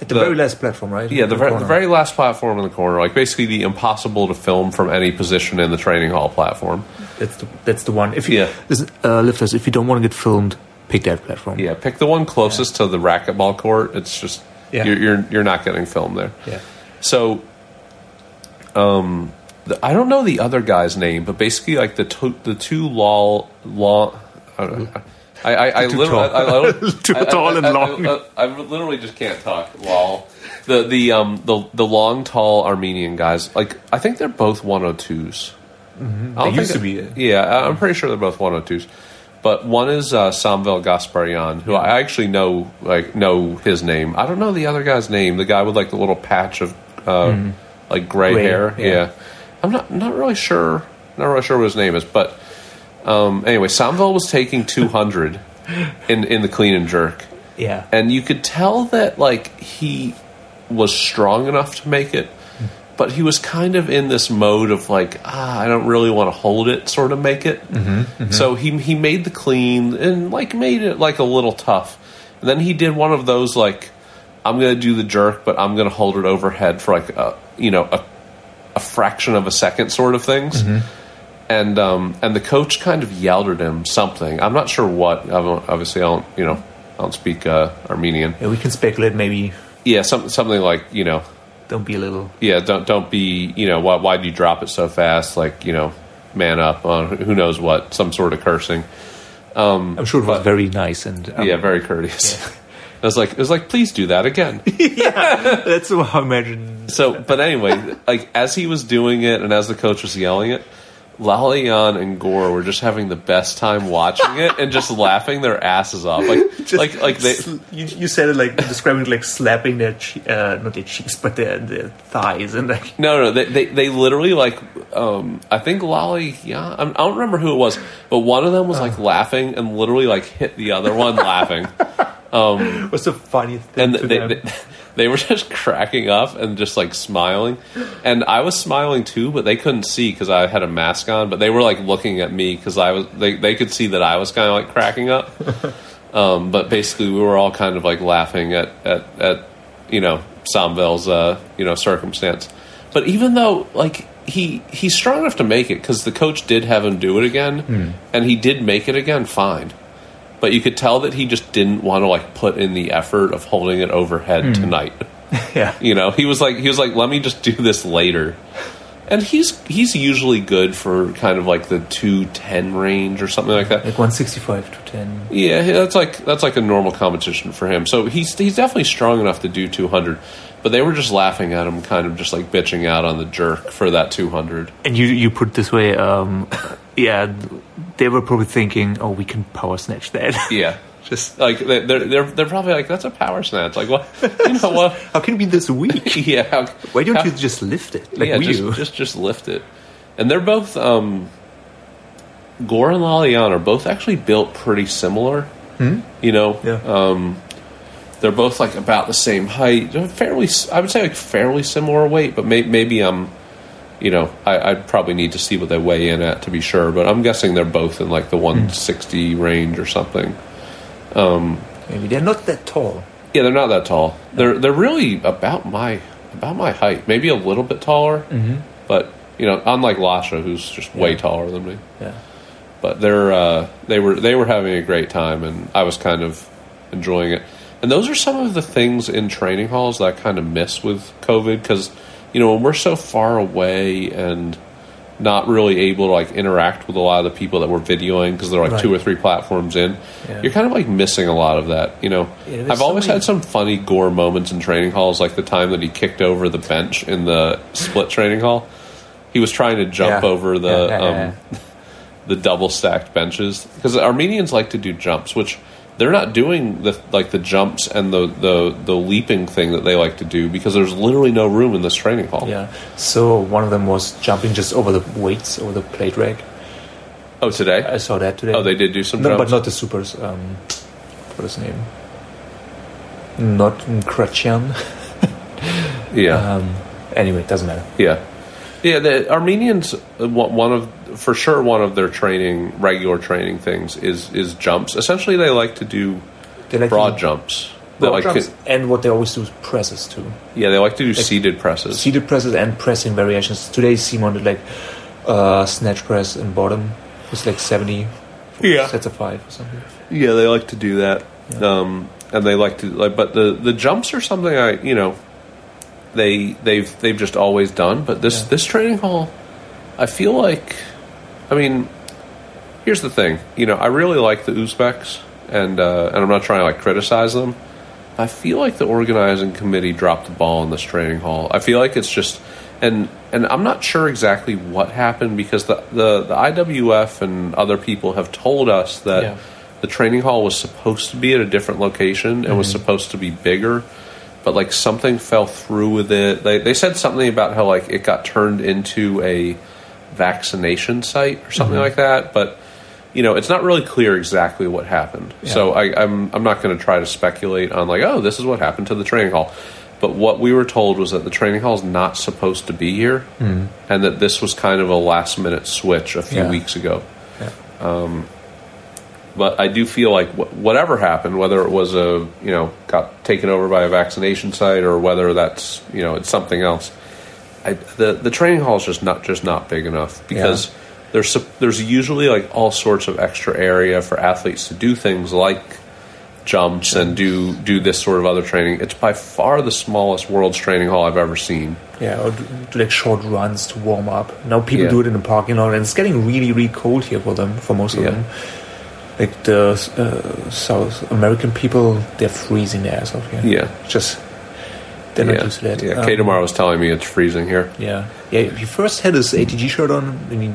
[SPEAKER 1] At the,
[SPEAKER 2] The-
[SPEAKER 1] very last platform, right?
[SPEAKER 2] Yeah, the, ver- the
[SPEAKER 1] corner.
[SPEAKER 2] very last platform in the corner, like basically the impossible to film from any position in the training hall platform.
[SPEAKER 1] That's the that's the one. If you
[SPEAKER 2] Yeah.
[SPEAKER 1] listen, uh, lifters, if you don't want to get filmed, pick that platform.
[SPEAKER 2] Yeah, pick the one closest to the racquetball court. It's just
[SPEAKER 1] Yeah.
[SPEAKER 2] you're, you're you're not getting filmed there.
[SPEAKER 1] Yeah.
[SPEAKER 2] So, um, the, I don't know the other guy's name, but basically, like the to- the two law law. I don't know. I I, I
[SPEAKER 1] Too
[SPEAKER 2] literally
[SPEAKER 1] tall.
[SPEAKER 2] I, I don't,
[SPEAKER 1] Too
[SPEAKER 2] I- I-
[SPEAKER 1] tall and
[SPEAKER 2] I- I-
[SPEAKER 1] long.
[SPEAKER 2] I, I literally just can't talk. Lol. The the um the the long tall Armenian guys like I think they're both 102s. I don't
[SPEAKER 1] Mm-hmm. They
[SPEAKER 2] think
[SPEAKER 1] used to
[SPEAKER 2] that-
[SPEAKER 1] be,
[SPEAKER 2] Yeah, I- I'm pretty sure they're both 102s. But one is uh, Samvel Gasparian, who I actually know, like know his name. I don't know the other guy's name. The guy with like the little patch of uh, like gray,
[SPEAKER 1] Gray,
[SPEAKER 2] hair.
[SPEAKER 1] yeah.
[SPEAKER 2] Yeah. I'm not not really sure. Not really sure what his name is. But um, anyway, Samvel was taking 200 in in the clean and jerk,
[SPEAKER 1] Yeah.
[SPEAKER 2] and you could tell that like he was strong enough to make it but he was kind of in this mode of like ah i don't really want to hold it sort of make it so he he made the clean and like made it like a little tough and then he did one of those like i'm gonna do the jerk but i'm gonna hold it overhead for like a you know a, a fraction of a second sort of things and um, and the coach kind of yelled at him something. I'm not sure what. I don't- obviously, I don't you know I don't speak uh, Armenian.
[SPEAKER 1] yeah. We can speculate. Maybe
[SPEAKER 2] Yeah, some, something like you know,
[SPEAKER 1] don't be a little.
[SPEAKER 2] yeah, don't don't be you know why why do you drop it so fast? Like you know, man up. Uh, who knows what? Some sort of cursing.
[SPEAKER 1] I'm sure it was very nice and um,
[SPEAKER 2] Mm. yeah, very courteous. I was like, it was like, please do that again.
[SPEAKER 1] That's what I imagine.
[SPEAKER 2] So, but anyway, like as he was doing it and as the coach was yelling it, Lalian and Gore were just having the best time watching it and just laughing their asses off. Like, like, like they.
[SPEAKER 1] sl- you, you said it like describing it like slapping their che- uh, not their cheeks but their, their thighs and like
[SPEAKER 2] No, no, they they, they literally like um, I think Lolly. Yeah, I'm, I don't remember who it was, but one of them was like laughing and literally like hit the other one laughing,
[SPEAKER 1] what's the funniest thing
[SPEAKER 2] and
[SPEAKER 1] to
[SPEAKER 2] they,
[SPEAKER 1] them?
[SPEAKER 2] they they were just cracking up and just like smiling, and I was smiling too, but they couldn't see because I had a mask on, but they were like looking at me because I was they they could see that I was kind of like cracking up, um, but basically we were all kind of like laughing at at, at you know Somvel's uh, you know circumstance. But even though like he he's strong enough to make it because the coach did have him do it again,
[SPEAKER 1] Hmm.
[SPEAKER 2] and he did make it again, fine. But you could tell that he just didn't want to like put in the effort of holding it overhead
[SPEAKER 1] Hmm.
[SPEAKER 2] tonight.
[SPEAKER 1] yeah
[SPEAKER 2] You know, he was like he was like, let me just do this later. And he's he's usually good for kind of like the two ten range or something like that.
[SPEAKER 1] like 165 to 10
[SPEAKER 2] Yeah, that's like that's like a normal competition for him. So he's he's definitely strong enough to do 200, but they were just laughing at him, kind of just like bitching out on the jerk for that 200.
[SPEAKER 1] and you you put it this way um yeah they were probably thinking oh we can power snatch that
[SPEAKER 2] Yeah,
[SPEAKER 1] just
[SPEAKER 2] like they- they're they're they're probably like that's a power snatch. Like what you know what?
[SPEAKER 1] how can it be this weak
[SPEAKER 2] Yeah, how-
[SPEAKER 1] why don't
[SPEAKER 2] how-
[SPEAKER 1] you just lift it like
[SPEAKER 2] yeah,
[SPEAKER 1] we
[SPEAKER 2] just,
[SPEAKER 1] do
[SPEAKER 2] just just lift it. And they're both um Gore and Lalian are both actually built pretty similar. You know,
[SPEAKER 1] Hmm? Yeah.
[SPEAKER 2] um, they're both like about the same height, They're fairly. s- I would say like fairly similar weight, but may, maybe I'm. You know, I, I'd probably need to see what they weigh in at to be sure, but I'm guessing they're both in like the
[SPEAKER 1] Hmm.
[SPEAKER 2] 160 range or something.
[SPEAKER 1] Maybe they're not that tall.
[SPEAKER 2] Yeah, they're not that tall. They're they're really about my about my height, maybe a little bit taller, mm-hmm. but you know, unlike Lasha, who's just way taller than me.
[SPEAKER 1] Yeah.
[SPEAKER 2] but they're uh, they were they were having a great time, and I was kind of enjoying it. And those are some of the things in training halls that I kind of miss with COVID because you know when we're so far away and not really able to like interact with a lot of the people that we're videoing because they're like
[SPEAKER 1] Right.
[SPEAKER 2] two or three platforms in.
[SPEAKER 1] Yeah.
[SPEAKER 2] You're kind of like missing a lot of that. You know,
[SPEAKER 1] Yeah, there's
[SPEAKER 2] I've
[SPEAKER 1] so
[SPEAKER 2] always
[SPEAKER 1] many-
[SPEAKER 2] had some funny gore moments in training halls, like the time that he kicked over the bench in the split training hall. He was trying to jump
[SPEAKER 1] Yeah.
[SPEAKER 2] over the
[SPEAKER 1] Yeah, yeah,
[SPEAKER 2] um,
[SPEAKER 1] yeah.
[SPEAKER 2] the double stacked benches because Armenians like to do jumps, which they're not doing the like the jumps and the the the leaping thing that they like to do because there's literally no room in this training hall.
[SPEAKER 1] Yeah. So one of them was jumping just over the weights, over the plate rack.
[SPEAKER 2] Oh, today?
[SPEAKER 1] I saw that today.
[SPEAKER 2] oh, they did do some
[SPEAKER 1] No,
[SPEAKER 2] jumps.
[SPEAKER 1] but not the supers. Um, what is his name? Not Krachan.
[SPEAKER 2] yeah.
[SPEAKER 1] Um, anyway, it doesn't matter.
[SPEAKER 2] Yeah, yeah. The Armenians uh, one one of for sure one of their training regular training things is is jumps. Essentially, they like to do
[SPEAKER 1] They like
[SPEAKER 2] broad
[SPEAKER 1] to-
[SPEAKER 2] jumps. They
[SPEAKER 1] Well,
[SPEAKER 2] like
[SPEAKER 1] drums.
[SPEAKER 2] To,
[SPEAKER 1] and what they always do is presses too.
[SPEAKER 2] yeah, they like to do seated presses.
[SPEAKER 1] Seated presses and pressing variations. Today, Simon did like uh, snatch press and bottom. It's like 70
[SPEAKER 2] Yeah.
[SPEAKER 1] sets of five or something.
[SPEAKER 2] Yeah, they like to do that, um, and they like to like. But the the jumps are something I you know they they've they've just always done. But this
[SPEAKER 1] Yeah.
[SPEAKER 2] this training hall, I feel like, I mean, here's the thing. You know, I really like the Uzbeks, and uh, and I'm not trying to like criticize them. I feel like the organizing committee dropped the ball in this training hall. I feel like it's just and and I'm not sure exactly what happened because the the, the IWF and other people have told us that
[SPEAKER 1] Yeah.
[SPEAKER 2] the training hall was supposed to be at a different location and was supposed to be bigger, but like something fell through with it. They they said something about how like it got turned into a vaccination site or something like that, but you know, it's not really clear exactly what happened. So I, I'm I'm not going to try to speculate on like, oh, this is what happened to the training hall. But what we were told was that the training hall is not supposed to be here, and that this was kind of a last minute switch a few
[SPEAKER 1] Yeah.
[SPEAKER 2] weeks ago.
[SPEAKER 1] Yeah.
[SPEAKER 2] Um, but I do feel like wh- whatever happened, whether it was a you know got taken over by a vaccination site or whether that's you know it's something else, I, the the training hall is just not just not big enough because there's sup- there's usually like all sorts of extra area for athletes to do things like jumps and do do this sort of other training. It's by far the smallest world's training hall I've ever seen.
[SPEAKER 1] Yeah, or do, do like short runs to warm up. Now people
[SPEAKER 2] Yeah.
[SPEAKER 1] do it in the parking lot, and it's getting really, really cold here for them, for most of
[SPEAKER 2] Yeah.
[SPEAKER 1] them. Like the uh, South American people, they're freezing their ass off here.
[SPEAKER 2] Yeah.
[SPEAKER 1] just they're not
[SPEAKER 2] yeah,
[SPEAKER 1] used to that.
[SPEAKER 2] yeah.
[SPEAKER 1] Um,
[SPEAKER 2] Kay tomorrow was telling me it's freezing here.
[SPEAKER 1] Yeah, yeah. He first had his ATG shirt on, and he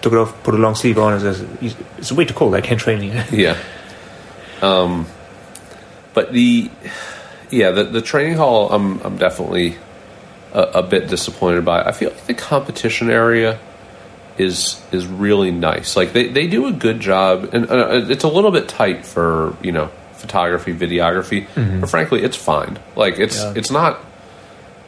[SPEAKER 1] took it off, put a long sleeve on, and says, "It's- "It's way too cold. I can't train here."
[SPEAKER 2] Yeah. Um, but the yeah the the training hall I'm I'm definitely a, a bit disappointed by. I feel like the competition area is is really nice. Like they, they do a good job, and uh, it's a little bit tight for you know photography, videography, but frankly, it's fine. Like it's
[SPEAKER 1] Yeah.
[SPEAKER 2] it's not.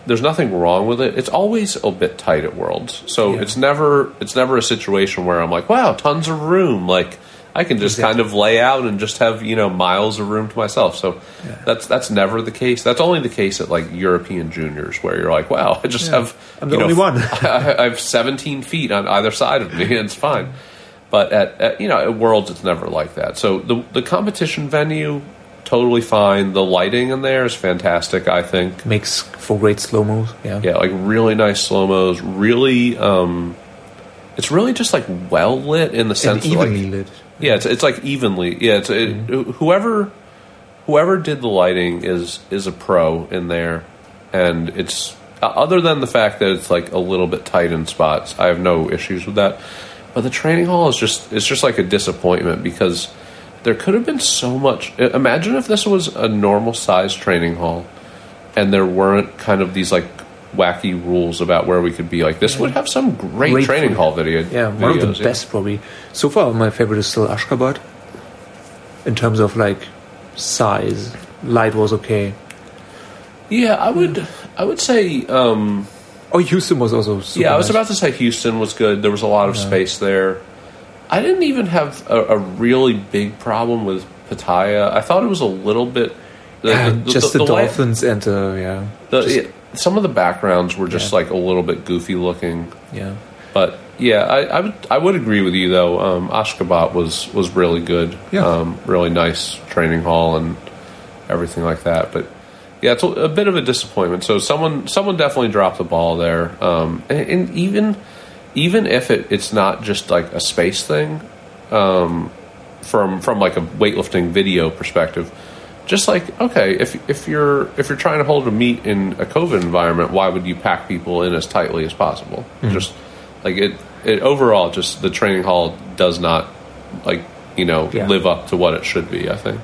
[SPEAKER 2] There's nothing wrong with it. It's always a bit tight at Worlds, so
[SPEAKER 1] Yeah.
[SPEAKER 2] it's never it's never a situation where I'm like, wow, tons of room. Like I can just
[SPEAKER 1] Exactly.
[SPEAKER 2] kind of lay out and just have you know miles of room to myself. So that's that's never the case. That's only the case at like European juniors where you're like, wow, I just
[SPEAKER 1] Yeah.
[SPEAKER 2] have
[SPEAKER 1] I'm the
[SPEAKER 2] you know,
[SPEAKER 1] only one.
[SPEAKER 2] I, I have 17 feet on either side of me, and it's fine. But at, at you know at Worlds, it's never like that. So the the competition venue, totally fine. The lighting in there is fantastic. I think
[SPEAKER 1] Makes for great slow mos. Yeah.
[SPEAKER 2] yeah, like really nice slow mos. Really, um, it's really just like well lit in
[SPEAKER 1] and
[SPEAKER 2] the sense that, like,
[SPEAKER 1] evenly lit.
[SPEAKER 2] yeah, it's it's like evenly. Yeah, it's it,
[SPEAKER 1] Mm-hmm.
[SPEAKER 2] whoever whoever did the lighting is is a pro in there, and it's o- other than the fact that it's like a little bit tight in spots. I have no issues with that, but the training hall is just it's just like a disappointment because there could have been so much. i- Imagine if this was a normal size training hall, and there weren't kind of these like wacky rules about where we could be. Like this would have some great,
[SPEAKER 1] Great
[SPEAKER 2] training
[SPEAKER 1] food.
[SPEAKER 2] hall video.
[SPEAKER 1] Yeah, one of
[SPEAKER 2] videos,
[SPEAKER 1] the best probably. So far, my favorite is still Ashgabat. In terms of like size, light was okay.
[SPEAKER 2] Yeah, I would.
[SPEAKER 1] Hmm.
[SPEAKER 2] I would say. Um,
[SPEAKER 1] Oh, Houston was also. Super
[SPEAKER 2] yeah, I was
[SPEAKER 1] nice.
[SPEAKER 2] about to say Houston was good. There was a lot of space there. I didn't even have a, a really big problem with Pattaya. I thought it was a little bit. The,
[SPEAKER 1] Yeah,
[SPEAKER 2] the-
[SPEAKER 1] just the,
[SPEAKER 2] the way-
[SPEAKER 1] dolphins and the yeah,
[SPEAKER 2] the-
[SPEAKER 1] just-
[SPEAKER 2] yeah, some of the backgrounds were just
[SPEAKER 1] Yeah.
[SPEAKER 2] like a little bit goofy looking,
[SPEAKER 1] yeah.
[SPEAKER 2] but yeah, I, I would I would agree with you though. Um, Ashgabat was was really good.
[SPEAKER 1] Yeah.
[SPEAKER 2] um, really nice training hall and everything like that. But yeah, it's a, a bit of a disappointment. So someone someone definitely dropped the ball there. Um, and, and even even if it, it's not just like a space thing, from from like a weightlifting video perspective just like okay if if you're if you're trying to hold a meet in a covid environment why would you pack people in as tightly as possible
[SPEAKER 1] Mm-hmm.
[SPEAKER 2] just like it it overall just the training hall does not like you know
[SPEAKER 1] Yeah.
[SPEAKER 2] live up to what it should be i think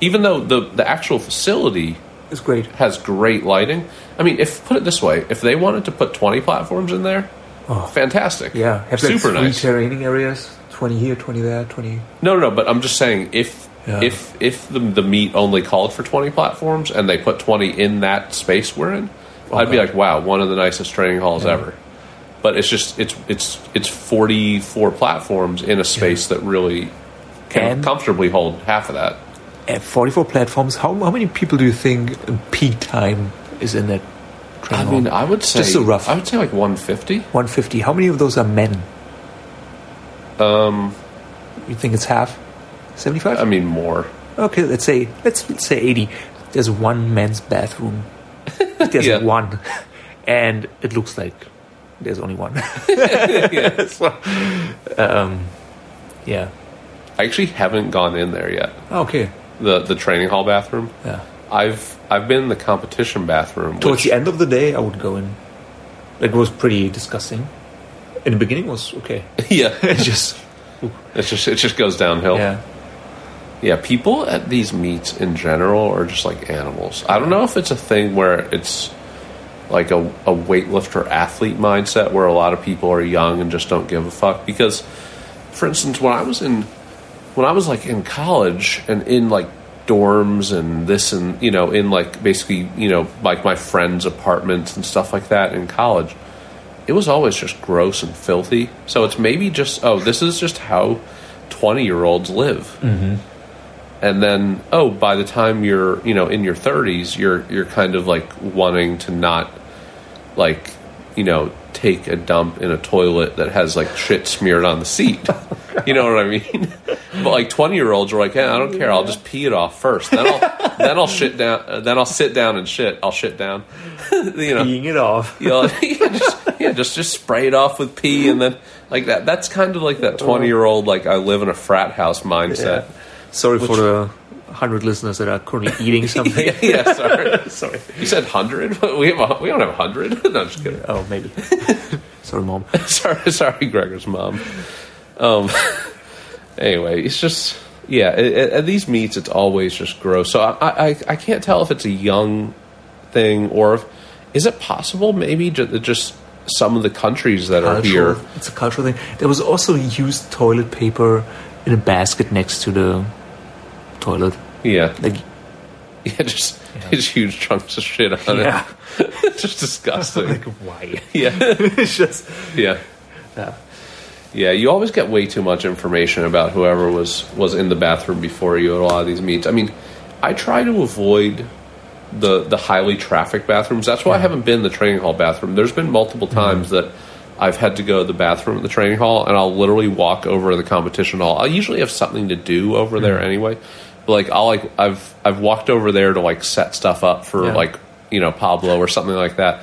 [SPEAKER 2] even though the the actual facility
[SPEAKER 1] It's great.
[SPEAKER 2] has great lighting i mean if put it this way if they wanted to put 20 platforms in there fantastic
[SPEAKER 1] Oh. Yeah, have like
[SPEAKER 2] super
[SPEAKER 1] three
[SPEAKER 2] nice
[SPEAKER 1] training areas: twenty here, twenty there, twenty.
[SPEAKER 2] no, no, no. But I'm just saying, if
[SPEAKER 1] Yeah.
[SPEAKER 2] if if the, the meet only called for 20 platforms and they put 20 in that space we're in, I'd be
[SPEAKER 1] Okay.
[SPEAKER 2] like, wow, one of the nicest training halls ever. But it's just it's it's it's 44 platforms in a space that really can
[SPEAKER 1] And-
[SPEAKER 2] comfortably hold half of that.
[SPEAKER 1] At Eh, forty-four platforms, how how many people do you think peak time is in that?
[SPEAKER 2] I
[SPEAKER 1] Training
[SPEAKER 2] mean, I would say
[SPEAKER 1] Just a rough-
[SPEAKER 2] I would say like 150.
[SPEAKER 1] one fifty. How many of those are men? Um,
[SPEAKER 2] Um,
[SPEAKER 1] you think it's half? Seventy-five.
[SPEAKER 2] I mean, more.
[SPEAKER 1] Okay, let's say let's, let's say eighty. There's one men's bathroom. There's
[SPEAKER 2] Yeah.
[SPEAKER 1] one, and it looks like there's only one. So, um, yeah.
[SPEAKER 2] I actually haven't gone in there yet.
[SPEAKER 1] Okay.
[SPEAKER 2] The the training hall bathroom.
[SPEAKER 1] Yeah.
[SPEAKER 2] I've I've been in the competition bathroom.
[SPEAKER 1] Towards
[SPEAKER 2] which-
[SPEAKER 1] the end of the day, I would go in. It was pretty disgusting. In the beginning, was okay.
[SPEAKER 2] yeah,
[SPEAKER 1] It just
[SPEAKER 2] it's just it just goes downhill.
[SPEAKER 1] yeah.
[SPEAKER 2] Yeah, people at these meets in general are just like animals. I don't know if it's a thing where it's like a, a weightlifter athlete mindset where a lot of people are young and just don't give a fuck. Because, for instance, when I was in when I was like in college and in like dorms and this and you know in like basically you know like my friends' apartments and stuff like that in college, it was always just gross and filthy. So it's maybe just oh this is just how twenty year olds live and then oh by the time you're you know in your 30s you're you're kind of like wanting to not like you know take a dump in a toilet that has like shit smeared on the seat you know what i mean but like 20 year olds are like hey, i don't care i'll just pee it off first then i'll then i'll shit down uh, then i'll sit down and shit i'll shit down you know
[SPEAKER 1] Peeing it off.
[SPEAKER 2] you know, yeah, just, yeah, just just spray it off with pee, and then like that. That's kind of like that twenty year old like I live in a frat house mindset.
[SPEAKER 1] Sorry for the hundred listeners that are currently eating something.
[SPEAKER 2] Yeah, yeah sorry.
[SPEAKER 1] Sorry.
[SPEAKER 2] You said hundred? We have a, we don't have hundred. no, I'm just kidding.
[SPEAKER 1] Oh, maybe. Sorry, mom.
[SPEAKER 2] Sorry, sorry, Gregor's mom. Um. anyway, it's just yeah. At, at- at these meets, it's always just gross. So I, I I can't tell if it's a young thing or if is it possible maybe ju- that just some of the countries that are
[SPEAKER 1] Cultural-
[SPEAKER 2] here.
[SPEAKER 1] It's a cultural thing. There was also used toilet paper in a basket next to the toilet.
[SPEAKER 2] Yeah,
[SPEAKER 1] Like,
[SPEAKER 2] yeah, just just huge chunks of shit on
[SPEAKER 1] yeah.
[SPEAKER 2] it. just disgusting.
[SPEAKER 1] like, why?
[SPEAKER 2] yeah,
[SPEAKER 1] it's just.
[SPEAKER 2] yeah.
[SPEAKER 1] Yeah.
[SPEAKER 2] Yeah, you always get way too much information about whoever was was in the bathroom before you at a lot of these meets. I mean, I try to avoid the the highly trafficked bathrooms. That's why I haven't been in the training hall bathroom. There's been multiple
[SPEAKER 1] Mm-hmm.
[SPEAKER 2] times that I've had to go to the bathroom at the training hall, and I'll literally walk over to the competition hall. I usually have something to do over
[SPEAKER 1] Mm-hmm.
[SPEAKER 2] there anyway. But like I'll like I've I've walked over there to like set stuff up for
[SPEAKER 1] Yeah.
[SPEAKER 2] like you know Pablo or something like that,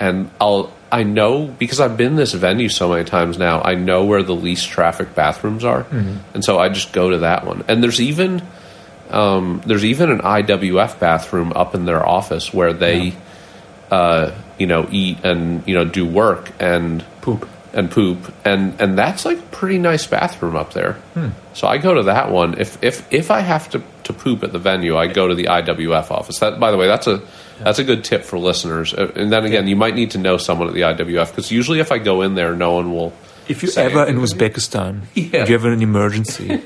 [SPEAKER 2] and I'll I know because I've been in this venue so many times now. I know where the least traffic bathrooms are, and so I just go to that one. And there's even um, there's even an IWF bathroom up in their office where they uh, you know eat and you know do work and
[SPEAKER 1] Poop.
[SPEAKER 2] and poop and and that's like a pretty nice bathroom up there. So I go to that one if if if I have to to poop at the venue, I go to the IWF office. That, by the way, that's a that's a good tip for listeners. Uh, And then again, you might need to know someone at the IWF because usually if I go in there, no one will.
[SPEAKER 1] If you
[SPEAKER 2] say
[SPEAKER 1] ever in
[SPEAKER 2] anything.
[SPEAKER 1] Uzbekistan,
[SPEAKER 2] Yeah.
[SPEAKER 1] if you have an emergency,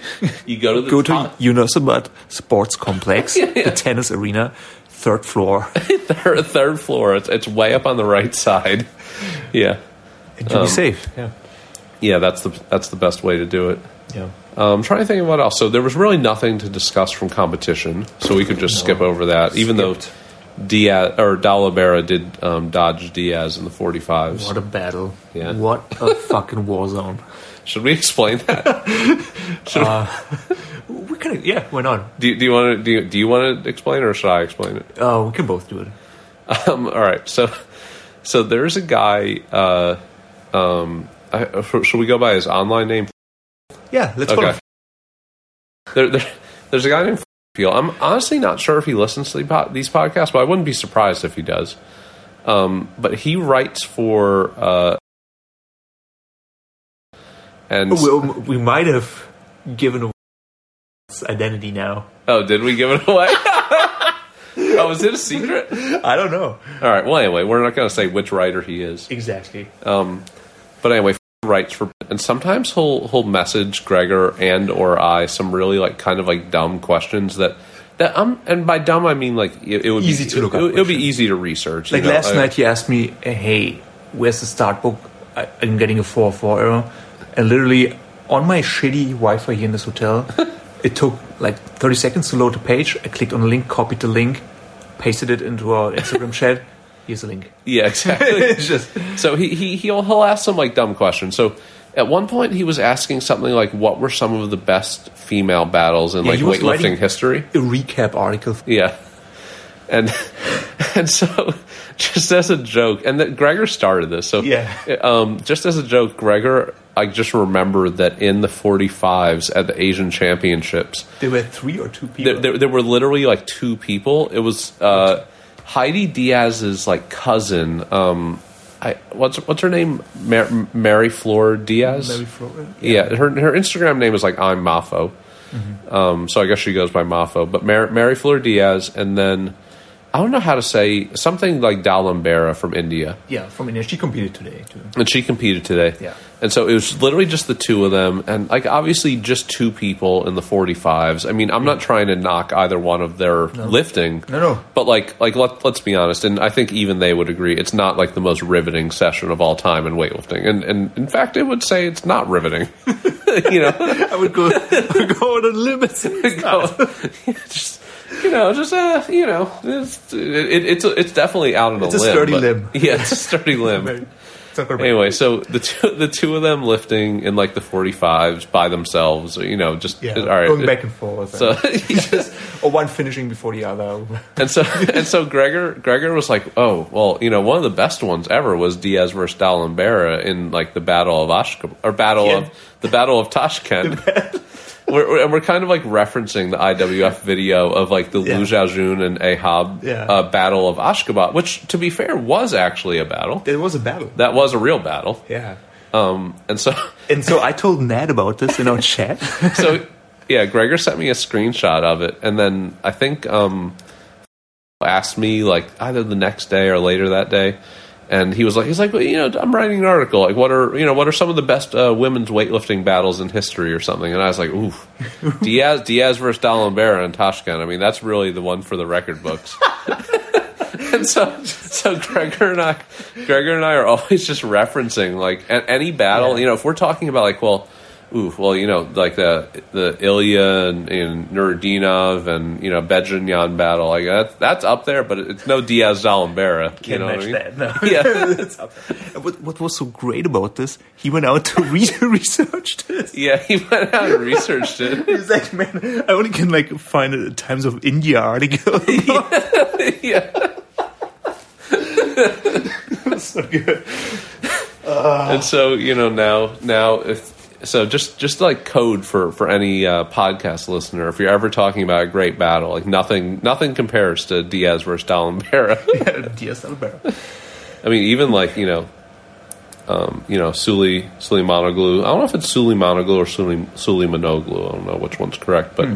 [SPEAKER 2] you go to the
[SPEAKER 1] go to
[SPEAKER 2] top-
[SPEAKER 1] Yunusabat Sports Complex,
[SPEAKER 2] Yeah, yeah.
[SPEAKER 1] the tennis arena, third floor.
[SPEAKER 2] third, third floor. It's, it's way up on the right side. Yeah,
[SPEAKER 1] And you'll be safe. Yeah.
[SPEAKER 2] Um, yeah. That's the that's the best way to do it.
[SPEAKER 1] Yeah.
[SPEAKER 2] Um, I'm trying to think of what else. So there was really nothing to discuss from competition, so we could just skip over that. Even though
[SPEAKER 1] Skipped.
[SPEAKER 2] Diaz or Dalibera did um, dodge Diaz in the 45s.
[SPEAKER 1] What a battle.
[SPEAKER 2] Yeah.
[SPEAKER 1] What a fucking war zone.
[SPEAKER 2] Should we explain that?
[SPEAKER 1] We can, yeah, why not?
[SPEAKER 2] do, do you want to do you, do you want to explain or should I explain it?
[SPEAKER 1] Oh, we can both do it.
[SPEAKER 2] Um, all right, so so there's a guy. Uh, um, I, should we go by his online name?
[SPEAKER 1] Yeah, let's
[SPEAKER 2] Okay.
[SPEAKER 1] follow.
[SPEAKER 2] There, there, there's a guy named Feel. I'm honestly not sure if he listens to the po- these podcasts, but I wouldn't be surprised if he does. Um, but he writes for uh, and
[SPEAKER 1] We, we might have given away its identity now.
[SPEAKER 2] oh, did we give it away? oh, is it a secret?
[SPEAKER 1] I don't know.
[SPEAKER 2] All right. Well, anyway, we're not going to say which writer he is.
[SPEAKER 1] Exactly.
[SPEAKER 2] Um, but anyway, writes for, and sometimes he'll he'll message Gregor and or I some really like kind of like dumb questions that that um and by dumb I mean like it, it would
[SPEAKER 1] Easy
[SPEAKER 2] be,
[SPEAKER 1] to look
[SPEAKER 2] it,
[SPEAKER 1] up
[SPEAKER 2] It'll be
[SPEAKER 1] question.
[SPEAKER 2] easy to research. you
[SPEAKER 1] Like
[SPEAKER 2] know,
[SPEAKER 1] last
[SPEAKER 2] I-
[SPEAKER 1] night, you asked me, uh, "Hey, where's the start book?" I, I'm getting a four four error, and literally on my shitty Wi-Fi here in this hotel, it took like 30 seconds to load the page. I clicked on the link, copied the link, pasted it into our Instagram chat. Here's the link.
[SPEAKER 2] Yeah, exactly.
[SPEAKER 1] It's just
[SPEAKER 2] so he he he'll, he'll ask some like dumb questions. So. At one point, he was asking something like, "What were some of the best female battles in
[SPEAKER 1] Yeah,
[SPEAKER 2] like
[SPEAKER 1] he was
[SPEAKER 2] weightlifting
[SPEAKER 1] writing-
[SPEAKER 2] history?"
[SPEAKER 1] a recap article.
[SPEAKER 2] Yeah. And and so just as a joke, and that Gregor started this. So
[SPEAKER 1] Yeah.
[SPEAKER 2] um, just as a joke, Gregor, I just remembered that in the 45s at the Asian Championships,
[SPEAKER 1] There were three or two people.
[SPEAKER 2] there, there, there were literally like two people. It was uh, Heidi Diaz's like cousin. Um, I, what's what's her name? Mar- Mary Flor Diaz.
[SPEAKER 1] Mary Flora?
[SPEAKER 2] Yeah, her her Instagram name is like I'm Mafo.
[SPEAKER 1] Mm-hmm.
[SPEAKER 2] Um, so I guess she goes by Mafo. But Mar- Mary Fleur Diaz, and then I don't know how to say something like Dalambera from India,
[SPEAKER 1] Yeah, from India. She competed today too.
[SPEAKER 2] and she competed today.
[SPEAKER 1] Yeah.
[SPEAKER 2] And so it was literally just the two of them, and like obviously just two people in the 45s. I mean, I'm not trying to knock either one of their lifting.
[SPEAKER 1] No, no.
[SPEAKER 2] But like, like let, let's be honest, and I think even they would agree, it's not like the most riveting session of all time in weightlifting, and and in fact, I would say it's not riveting. you know,
[SPEAKER 1] I would go, I would go on a limit.
[SPEAKER 2] go, just you know, just uh, you know, it's it, it's it's definitely out on
[SPEAKER 1] It's
[SPEAKER 2] a
[SPEAKER 1] a
[SPEAKER 2] limb.
[SPEAKER 1] sturdy
[SPEAKER 2] but-
[SPEAKER 1] limb.
[SPEAKER 2] Yeah, it's a sturdy limb. Anyway, so the two, the two of them lifting in like the forty fives by themselves, you know, just
[SPEAKER 1] yeah,
[SPEAKER 2] all right.
[SPEAKER 1] going back and forth. eh?
[SPEAKER 2] so he just-
[SPEAKER 1] or one finishing before the other.
[SPEAKER 2] and so and so Gregor Gregor was like, oh well, you know, one of the best ones ever was Diaz versus D'Alembera in like the Battle of Ashk or Battle
[SPEAKER 1] Yeah.
[SPEAKER 2] of the Battle of Tashkent. we're, we're- and we're kind of like referencing the IWF video of like the
[SPEAKER 1] Yeah.
[SPEAKER 2] Lu Zhaojun and Ahab
[SPEAKER 1] Yeah.
[SPEAKER 2] uh, Battle of Ashgabat, which to be fair was actually a battle.
[SPEAKER 1] There was a battle.
[SPEAKER 2] That was a real battle.
[SPEAKER 1] yeah.
[SPEAKER 2] Um, and so
[SPEAKER 1] And so I told Ned about this in our chat.
[SPEAKER 2] so yeah, Gregor sent me a screenshot of it, and then I think um, asked me like either the next day or later that day, and he was like, he's like, well, you know, I'm writing an article. Like, what are you know, what are some of the best uh, women's weightlifting battles in history or something? And I was like, ooh, Diaz Diaz versus D'Alembera and Tashkent. I mean, that's really the one for the record books. And so, so Gregor and I, Gregor and I are always just referencing like a- any battle.
[SPEAKER 1] Yeah.
[SPEAKER 2] You know, if we're talking about like, well, ooh, well, you know, like the the Ilya and, and Nuradinov and you know Bedjanyan battle, like that's that's up there, but it's no Diaz Zalambera. you know what I mean?
[SPEAKER 1] No.
[SPEAKER 2] Yeah.
[SPEAKER 1] It's up there. what, what was so great about this? He went out to re- research this.
[SPEAKER 2] Yeah, he went out and researched it.
[SPEAKER 1] He was like, man, I only can like find a Times of India article.
[SPEAKER 2] yeah,
[SPEAKER 1] so good.
[SPEAKER 2] and so you know now now if. So just, just like code for for any uh, podcast listener, if you're ever talking about a great battle, like nothing nothing compares to Diaz versus D'Alembera.
[SPEAKER 1] Diaz
[SPEAKER 2] I mean, even like you know, um, you know, Suli Suli Monoglu. I don't know if it's Suli Monoglu or Suli Suli Monoglu. I don't know which one's correct, but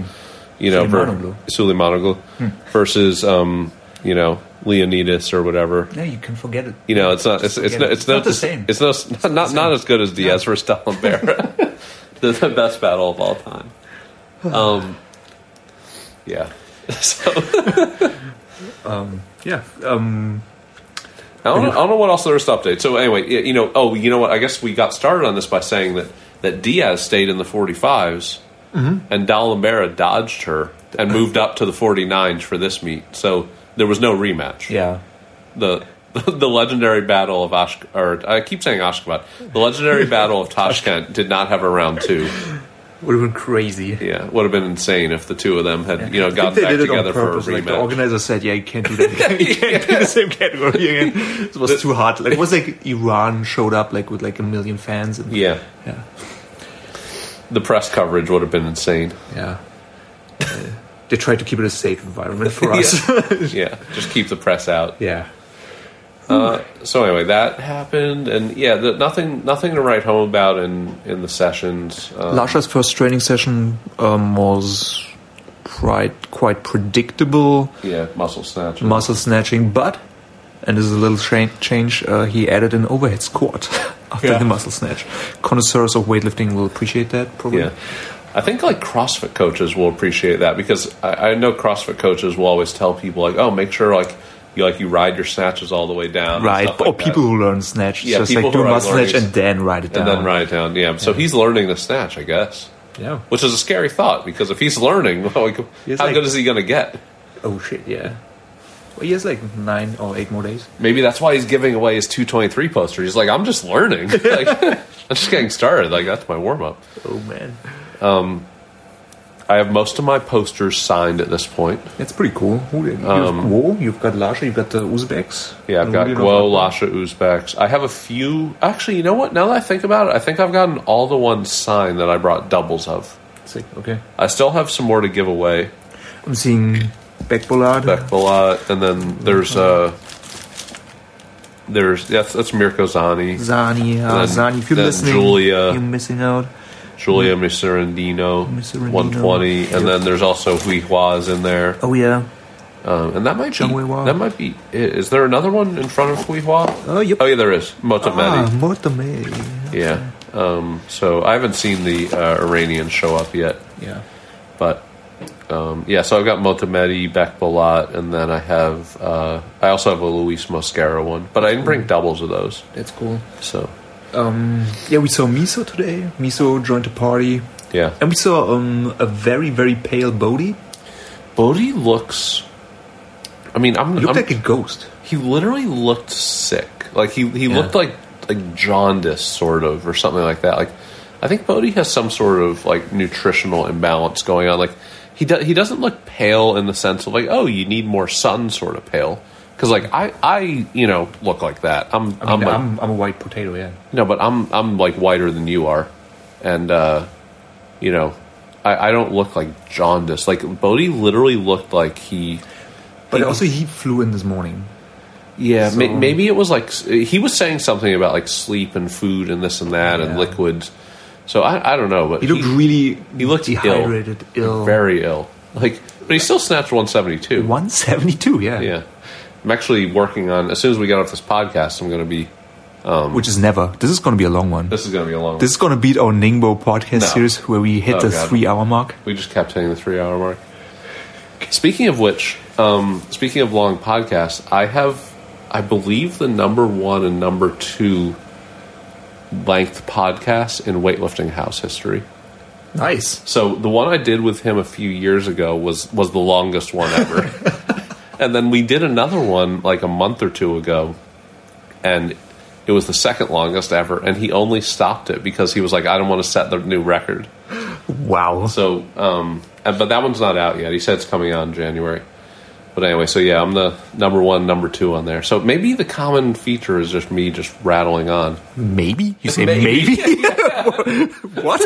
[SPEAKER 2] you know, ver-
[SPEAKER 1] Suleimanoglu.
[SPEAKER 2] Suleimanoglu versus um, you know Leonidas or whatever.
[SPEAKER 1] No, you can forget it.
[SPEAKER 2] You know, it's not it's it's,
[SPEAKER 1] Forget
[SPEAKER 2] no,
[SPEAKER 1] it.
[SPEAKER 2] it's,
[SPEAKER 1] It's not the
[SPEAKER 2] dis-
[SPEAKER 1] same.
[SPEAKER 2] It's no, it's not not, not as good as Diaz versus D'Alembert. the, the best battle of all time. Um, yeah. So
[SPEAKER 1] Yeah. Um,
[SPEAKER 2] I don't, know, I don't know what else there is to update. So anyway, yeah, you know, oh, you know what? I guess we got started on this by saying that, that Diaz stayed in the 45s
[SPEAKER 1] Mm-hmm.
[SPEAKER 2] and D'Alembera dodged her and moved up to the 49s for this meet. So there was no rematch.
[SPEAKER 1] yeah.
[SPEAKER 2] The the legendary battle of Ash or I keep saying Ashgabat. The legendary battle of Tashkent did not have a round 2.
[SPEAKER 1] Would have been crazy.
[SPEAKER 2] Yeah, would have been insane if the two of them had, you know,
[SPEAKER 1] I think
[SPEAKER 2] gotten
[SPEAKER 1] they
[SPEAKER 2] back
[SPEAKER 1] did it on
[SPEAKER 2] together for a
[SPEAKER 1] purpose.
[SPEAKER 2] rematch.
[SPEAKER 1] Like the organizer said, "Yeah, you can't do that. Again. You can't do the same category again. It was too hard. Like it was like Iran showed up like with like a million fans. And,
[SPEAKER 2] yeah.
[SPEAKER 1] yeah,
[SPEAKER 2] The press coverage would have been insane.
[SPEAKER 1] yeah. Uh, they tried to keep it a safe environment for us.
[SPEAKER 2] yeah, just keep the press out.
[SPEAKER 1] yeah.
[SPEAKER 2] Uh, so anyway, that happened, and yeah, the, nothing nothing to write home about in in the sessions. Um,
[SPEAKER 1] Lasha's first training session um, was quite quite predictable.
[SPEAKER 2] yeah, muscle snatch.
[SPEAKER 1] muscle snatching, but and this is a little tra- change. Uh, he added an overhead squat after
[SPEAKER 2] Yeah.
[SPEAKER 1] the muscle snatch. Connoisseurs of weightlifting will appreciate that, probably.
[SPEAKER 2] yeah, I think like CrossFit coaches will appreciate that because I, I know CrossFit coaches will always tell people like, oh, make sure like you like you ride your snatches all the way down, and
[SPEAKER 1] Right,
[SPEAKER 2] stuff
[SPEAKER 1] or
[SPEAKER 2] like that.
[SPEAKER 1] Oh, people who learn snatch,
[SPEAKER 2] Yeah,
[SPEAKER 1] just
[SPEAKER 2] people
[SPEAKER 1] like
[SPEAKER 2] who
[SPEAKER 1] do
[SPEAKER 2] are
[SPEAKER 1] muscle snatch
[SPEAKER 2] learning-
[SPEAKER 1] and then write it down.
[SPEAKER 2] and then ride it down. Yeah, so he's learning the snatch, I guess.
[SPEAKER 1] Yeah.
[SPEAKER 2] Which is a scary thought because if he's learning, like,
[SPEAKER 1] He's
[SPEAKER 2] how
[SPEAKER 1] like-
[SPEAKER 2] good is he going to get?
[SPEAKER 1] Oh shit! Yeah. Well, he has like nine or eight more days.
[SPEAKER 2] Maybe that's why he's giving away his 223 poster. He's like, I'm just learning. Like, I'm just getting started. Like, that's my warm up.
[SPEAKER 1] Oh man,
[SPEAKER 2] I have most of my posters signed at this point.
[SPEAKER 1] that's pretty cool. Who did- you've Guo, you've got Lasha, you've got the Uzbeks.
[SPEAKER 2] Um, Yeah, I've
[SPEAKER 1] And
[SPEAKER 2] got
[SPEAKER 1] who do you
[SPEAKER 2] Guo,
[SPEAKER 1] know?
[SPEAKER 2] Lasha, Uzbeks. I have a few. Actually, you know what? Now that I think about it, I think I've gotten all the ones signed that I brought doubles of.
[SPEAKER 1] Sick, Okay,
[SPEAKER 2] I still have some more to give away.
[SPEAKER 1] I'm seeing Bekbolad.
[SPEAKER 2] Bekbala, and then there's Uh, there's that's, that's Mirko Zani,
[SPEAKER 1] Zani, uh,
[SPEAKER 2] Then-
[SPEAKER 1] Zani, if you're
[SPEAKER 2] then
[SPEAKER 1] listening,
[SPEAKER 2] Julia.
[SPEAKER 1] you're missing out.
[SPEAKER 2] Julia Miserandino,
[SPEAKER 1] Miserandino.
[SPEAKER 2] 120, and then there's also Hui Hua's in there.
[SPEAKER 1] Oh yeah,
[SPEAKER 2] Um, and that might
[SPEAKER 1] Zhang
[SPEAKER 2] be
[SPEAKER 1] Weihua.
[SPEAKER 2] that might be. it. Is there another one in front of Hui Hua?
[SPEAKER 1] Oh, yep.
[SPEAKER 2] Oh yeah, there is Motamedi.
[SPEAKER 1] Ah, Motamedi.
[SPEAKER 2] yeah. Um, so I haven't seen the uh, Iranians show up yet,
[SPEAKER 1] Yeah.
[SPEAKER 2] but um, yeah. So I've got Motamedi, Bekbalat, and then I have uh, I also have a Luis Mosquera one, but I didn't bring doubles of those.
[SPEAKER 1] That's cool.
[SPEAKER 2] So
[SPEAKER 1] Um, yeah, we saw Miso today. Miso joined a party.
[SPEAKER 2] yeah,
[SPEAKER 1] And we saw um, a very, very pale Bodhi.
[SPEAKER 2] Bodhi looks. I mean, I'm,
[SPEAKER 1] He looked
[SPEAKER 2] I'm-
[SPEAKER 1] like a ghost.
[SPEAKER 2] He literally looked sick. Like he he
[SPEAKER 1] Yeah.
[SPEAKER 2] looked like like jaundice sort of or something like that. Like I think Bodhi has some sort of like nutritional imbalance going on. Like he do, he doesn't look pale in the sense of like oh you need more sun sort of pale. Because like I I you know look like that. I'm
[SPEAKER 1] I
[SPEAKER 2] I'm,
[SPEAKER 1] mean,
[SPEAKER 2] like,
[SPEAKER 1] I'm, I'm a white potato, yeah.
[SPEAKER 2] no, but I'm I'm like whiter than you are, and uh, you know I, I don't look like jaundice. Like Bodhi literally looked like he
[SPEAKER 1] But
[SPEAKER 2] He-
[SPEAKER 1] also, he flew in this morning.
[SPEAKER 2] Yeah,
[SPEAKER 1] So-
[SPEAKER 2] may maybe it was like s- he was saying something about like sleep and food and this and that and
[SPEAKER 1] Yeah.
[SPEAKER 2] liquids. So I, I don't know, but
[SPEAKER 1] He looked really
[SPEAKER 2] he looked ill.
[SPEAKER 1] dehydrated, ill.
[SPEAKER 2] very ill. Like, but he still snatched one seventy two.
[SPEAKER 1] 172, yeah.
[SPEAKER 2] Yeah, I'm actually working on. As soon as we get off this podcast, I'm going to be.
[SPEAKER 1] Which is never. This is going to be a long one.
[SPEAKER 2] This is going to be a long.
[SPEAKER 1] This is going to beat our Ningbo podcast
[SPEAKER 2] No.
[SPEAKER 1] series where we hit the
[SPEAKER 2] Oh, God.
[SPEAKER 1] three hour mark.
[SPEAKER 2] We just kept hitting the three hour mark. Speaking of which, um, speaking of long podcasts, I have, I believe, the number one and number two length podcast in weightlifting house history.
[SPEAKER 1] Nice.
[SPEAKER 2] So the one I did with him a few years ago was was the longest one ever. and then we did another one like a month or two ago and it was the second longest ever and he only stopped it because he was like I don't want to set the new record.
[SPEAKER 1] Wow.
[SPEAKER 2] So um and- but that one's not out yet. He said it's coming out in January. But anyway, so yeah, I'm the number 1, number 2 on there. So maybe the common feature is just me just rattling on.
[SPEAKER 1] Maybe? You say
[SPEAKER 2] Maybe.
[SPEAKER 1] maybe? what?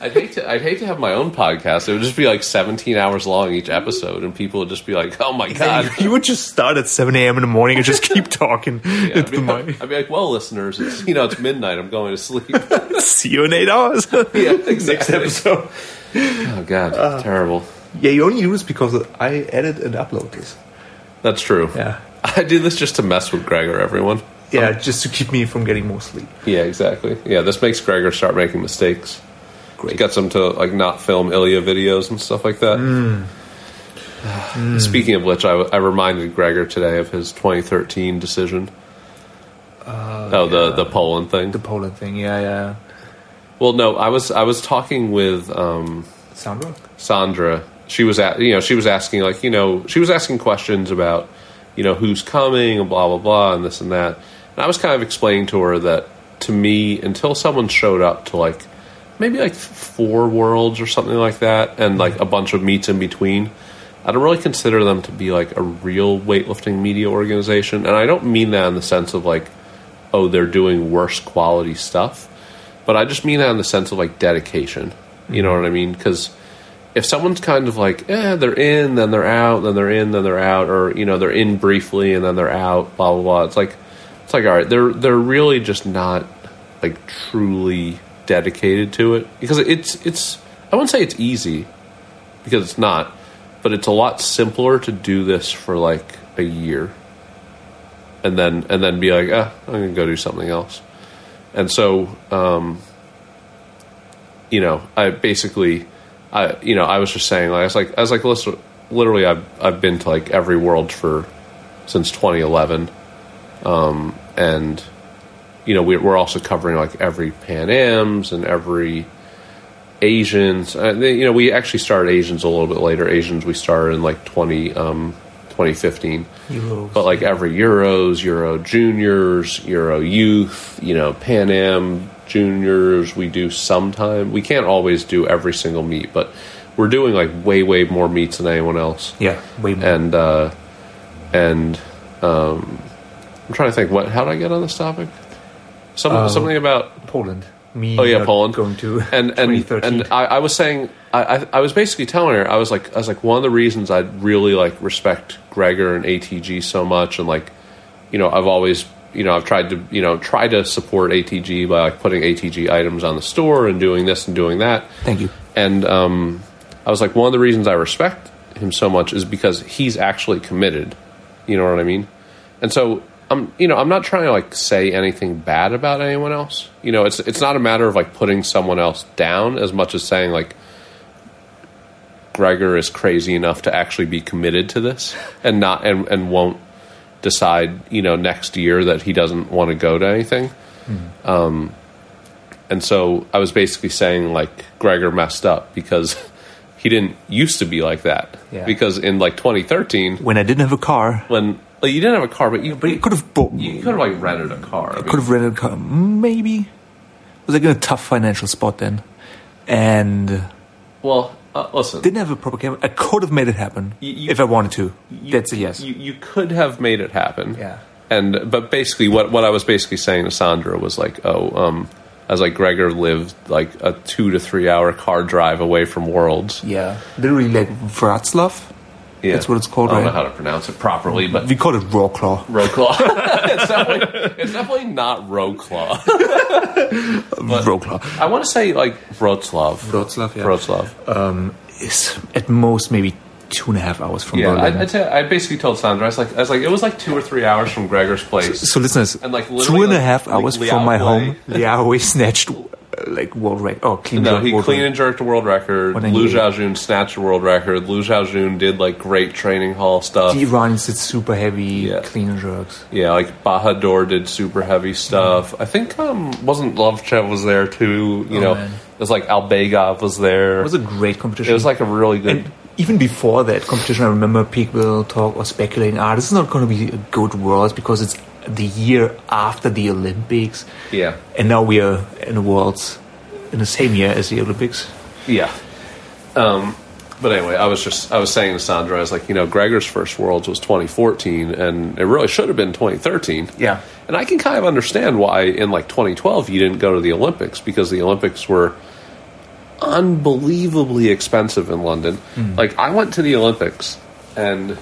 [SPEAKER 2] I'd hate to. I'd hate to have my own podcast. It would just be like 17 hours long each episode, and people would just be like, "Oh my god."
[SPEAKER 1] You would just start at 7 a.m. in the morning and just keep talking.
[SPEAKER 2] Yeah,
[SPEAKER 1] into
[SPEAKER 2] I'd, be
[SPEAKER 1] the
[SPEAKER 2] like,
[SPEAKER 1] mic.
[SPEAKER 2] I'd be like, "Well, listeners, Oh, it's, you know, it's midnight. I'm going to sleep."
[SPEAKER 1] See you in eight hours.
[SPEAKER 2] yeah, exactly.
[SPEAKER 1] episode.
[SPEAKER 2] Oh god, terrible.
[SPEAKER 1] Yeah, you only do this because I edit and upload this.
[SPEAKER 2] That's true.
[SPEAKER 1] Yeah.
[SPEAKER 2] I do this just to mess with Greg or everyone.
[SPEAKER 1] Yeah, just to keep me from getting more sleep.
[SPEAKER 2] Yeah, exactly. Yeah, this makes Gregor start making mistakes. Great. Gets him to like not film Ilya videos and stuff like that. Speaking of which, I, I reminded Gregor today of his 2013 decision. oh, the the Poland thing.
[SPEAKER 1] The Poland thing, yeah, yeah.
[SPEAKER 2] well, no, I was I was talking with um,
[SPEAKER 1] Sound rock?
[SPEAKER 2] Sandra, she was at you know she was asking like you know she was asking questions about you know who's coming and blah blah blah and this and that. And I was kind of explaining to her that to me until someone showed up to like maybe like four worlds or something like that and like a bunch of meets in between. I don't really consider them to be like a real weightlifting media organization, and I don't mean that in the sense of like, oh, they're doing worse quality stuff, but I just mean that in the sense of like dedication. You know what I mean? Because if someone's kind of like, eh, they're in, then they're out, then they're in, then they're out, or you know, they're in briefly and then they're out, blah blah blah. It's like, it's like, all right, they're they're really just not like truly dedicated to it because it's it's I wouldn't say it's easy because it's not, but it's a lot simpler to do this for like a year and then and then be like, eh, I'm gonna go do something else. And so, um, you know, I basically, I you know, I was just saying, like, I was like, I was like, listen, literally, I've I've been to like every world for since 2011, um, and you know, we, we're also covering like every Pan Am's and every Asians. Uh, they- you know, we actually started Asians a little bit later. Asians we started in like 20 um, 2015
[SPEAKER 1] Euros.
[SPEAKER 2] but like every Euros, Euro Juniors, Euro Youth, you know, Pan Am Juniors, we do sometime. We can't always do every single meet, but we're doing like way, way more meets than anyone else.
[SPEAKER 1] yeah, way more.
[SPEAKER 2] And uh, and um, I'm trying to think what how did I get on this topic? Some, something about
[SPEAKER 1] Poland. Me
[SPEAKER 2] Oh yeah,
[SPEAKER 1] not
[SPEAKER 2] Poland
[SPEAKER 1] Going to
[SPEAKER 2] and and
[SPEAKER 1] 2013.
[SPEAKER 2] and I, I was saying I, I I was basically telling her I was like I was like one of the reasons I really like respect Gregor and ATG so much and like you know I've always you know I've tried to you know try to support ATG by like putting ATG items on the store and doing this and doing that
[SPEAKER 1] Thank you.
[SPEAKER 2] and um, I was like, one of the reasons I respect him so much is because he's actually committed. You know what I mean? And so I'm, you know, I'm not trying to like say anything bad about anyone else. You know, it's it's not a matter of like putting someone else down as much as saying like. Gregor is crazy enough to actually be committed to this and not and, and won't decide you know next year that he doesn't want to go to anything Hmm. Um, and so I was basically saying like Gregor messed up because he didn't used to be like that.
[SPEAKER 1] Yeah.
[SPEAKER 2] Because in like 2013,
[SPEAKER 1] when I didn't have a car,
[SPEAKER 2] when well, you didn't have a car, but you but you
[SPEAKER 1] could have bought.
[SPEAKER 2] could have like rented a car. I mean,
[SPEAKER 1] could have rented a car. Maybe was like in a tough financial spot then, and
[SPEAKER 2] well, uh, listen,
[SPEAKER 1] didn't have a proper camera. I could have made it happen
[SPEAKER 2] You- you-
[SPEAKER 1] if I wanted to.
[SPEAKER 2] you-
[SPEAKER 1] That's a yes.
[SPEAKER 2] You, you could have made it happen.
[SPEAKER 1] Yeah.
[SPEAKER 2] And but basically, what what I was basically saying to Sandra was like, oh, um, I was like Gregor lived like a two to three hour car drive away from Worlds.
[SPEAKER 1] yeah, literally like Wroclaw.
[SPEAKER 2] Yeah.
[SPEAKER 1] That's what it's called,
[SPEAKER 2] I don't
[SPEAKER 1] right?
[SPEAKER 2] know how to pronounce it properly, but
[SPEAKER 1] We call it Rawclaw.
[SPEAKER 2] Roclaw. it's, definitely, it's definitely not Roclaw.
[SPEAKER 1] Rawclaw
[SPEAKER 2] I want to say like Wroclaw.
[SPEAKER 1] Wroclaw, yeah.
[SPEAKER 2] Wroclaw.
[SPEAKER 1] is at most maybe two and a half hours from
[SPEAKER 2] yeah,
[SPEAKER 1] Berlin.
[SPEAKER 2] I, I, tell- I basically told Sandra, I was like, I was like, it was like two or three hours from Gregor's place.
[SPEAKER 1] so listeners,
[SPEAKER 2] And, like, literally,
[SPEAKER 1] two and a
[SPEAKER 2] like,
[SPEAKER 1] half
[SPEAKER 2] like,
[SPEAKER 1] hours
[SPEAKER 2] Liao
[SPEAKER 1] from my
[SPEAKER 2] Wei.
[SPEAKER 1] home, Liaohui snatched uh, like world record. Oh, clean
[SPEAKER 2] No,
[SPEAKER 1] jerk
[SPEAKER 2] he
[SPEAKER 1] world
[SPEAKER 2] clean
[SPEAKER 1] record.
[SPEAKER 2] and jerked a world record.
[SPEAKER 1] What an
[SPEAKER 2] Lu
[SPEAKER 1] idiot.
[SPEAKER 2] Xiaojun snatched a world record. Lu Xiaojun did like great training hall stuff.
[SPEAKER 1] The Iranians did super heavy
[SPEAKER 2] Yeah.
[SPEAKER 1] clean and jerks.
[SPEAKER 2] Yeah, like Bahadur did super heavy stuff. I think um wasn't Lovechev was there too. You
[SPEAKER 1] Oh,
[SPEAKER 2] know,
[SPEAKER 1] man.
[SPEAKER 2] it was like Albegov was there.
[SPEAKER 1] It was a great competition.
[SPEAKER 2] it was like a really good.
[SPEAKER 1] And even before that competition, I remember people talk or speculating, ah, this is not going to be a good world because it's the year after the Olympics.
[SPEAKER 2] yeah,
[SPEAKER 1] And now we are in the worlds in the same year as the Olympics.
[SPEAKER 2] Yeah. Um, but anyway, I was just I was saying to Sandra, I was like, you know, Gregor's first Worlds was 2014, and it really should have been 2013.
[SPEAKER 1] Yeah.
[SPEAKER 2] And I can kind of understand why in like 2012 you didn't go to the Olympics because the Olympics were unbelievably expensive in London. Like I went to the Olympics and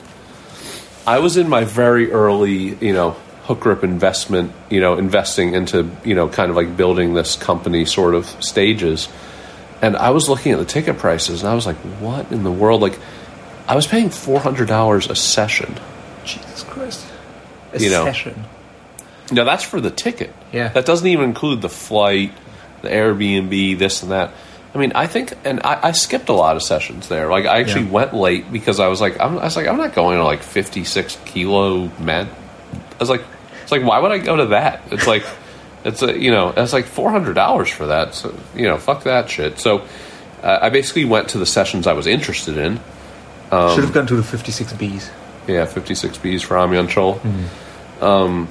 [SPEAKER 2] I was in my very early, you know, hook grip investment, you know, investing into, you know, kind of like building this company sort of stages And I was looking at the ticket prices, and I was like, "What in the world?" Like, I was paying four hundred dollars a session.
[SPEAKER 1] Jesus Christ. A
[SPEAKER 2] You know.
[SPEAKER 1] session.
[SPEAKER 2] Now that's for the ticket.
[SPEAKER 1] Yeah.
[SPEAKER 2] That doesn't even include the flight, the Airbnb, this and that. I mean, I think, and I, I skipped a lot of sessions there. Like, I actually
[SPEAKER 1] Yeah.
[SPEAKER 2] went late because I was like, I'm, I was like, I'm not going to like 56 kilo med. I was like, it's like, why would I go to that? It's like, it's a, you know, it's like $400 for that. So, you know, fuck that shit. So, uh, I basically went to the sessions I was interested in. Um,
[SPEAKER 1] Should have gone to the 56 Bs.
[SPEAKER 2] Yeah, 56 Bs for Amyon Chol. Um,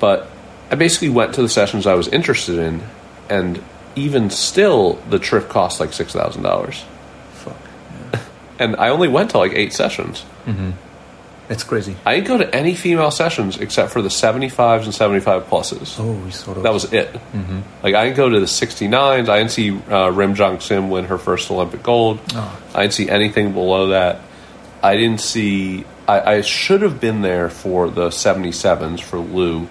[SPEAKER 2] but I basically went to the sessions I was interested in, and even still, the trip cost like $6,000.
[SPEAKER 1] Fuck.
[SPEAKER 2] And I only went to like eight sessions.
[SPEAKER 1] That's crazy.
[SPEAKER 2] I didn't go to any female sessions except for the 75s and 75 pluses.
[SPEAKER 1] Oh, we sort of.
[SPEAKER 2] That was it. Mm-hmm. Like, I didn't go to the 69s. I didn't see uh, Rim Jong Sim win her first Olympic gold.
[SPEAKER 1] Oh.
[SPEAKER 2] I didn't see anything below that. I didn't see. I, I should have been there for the 77s for Lou,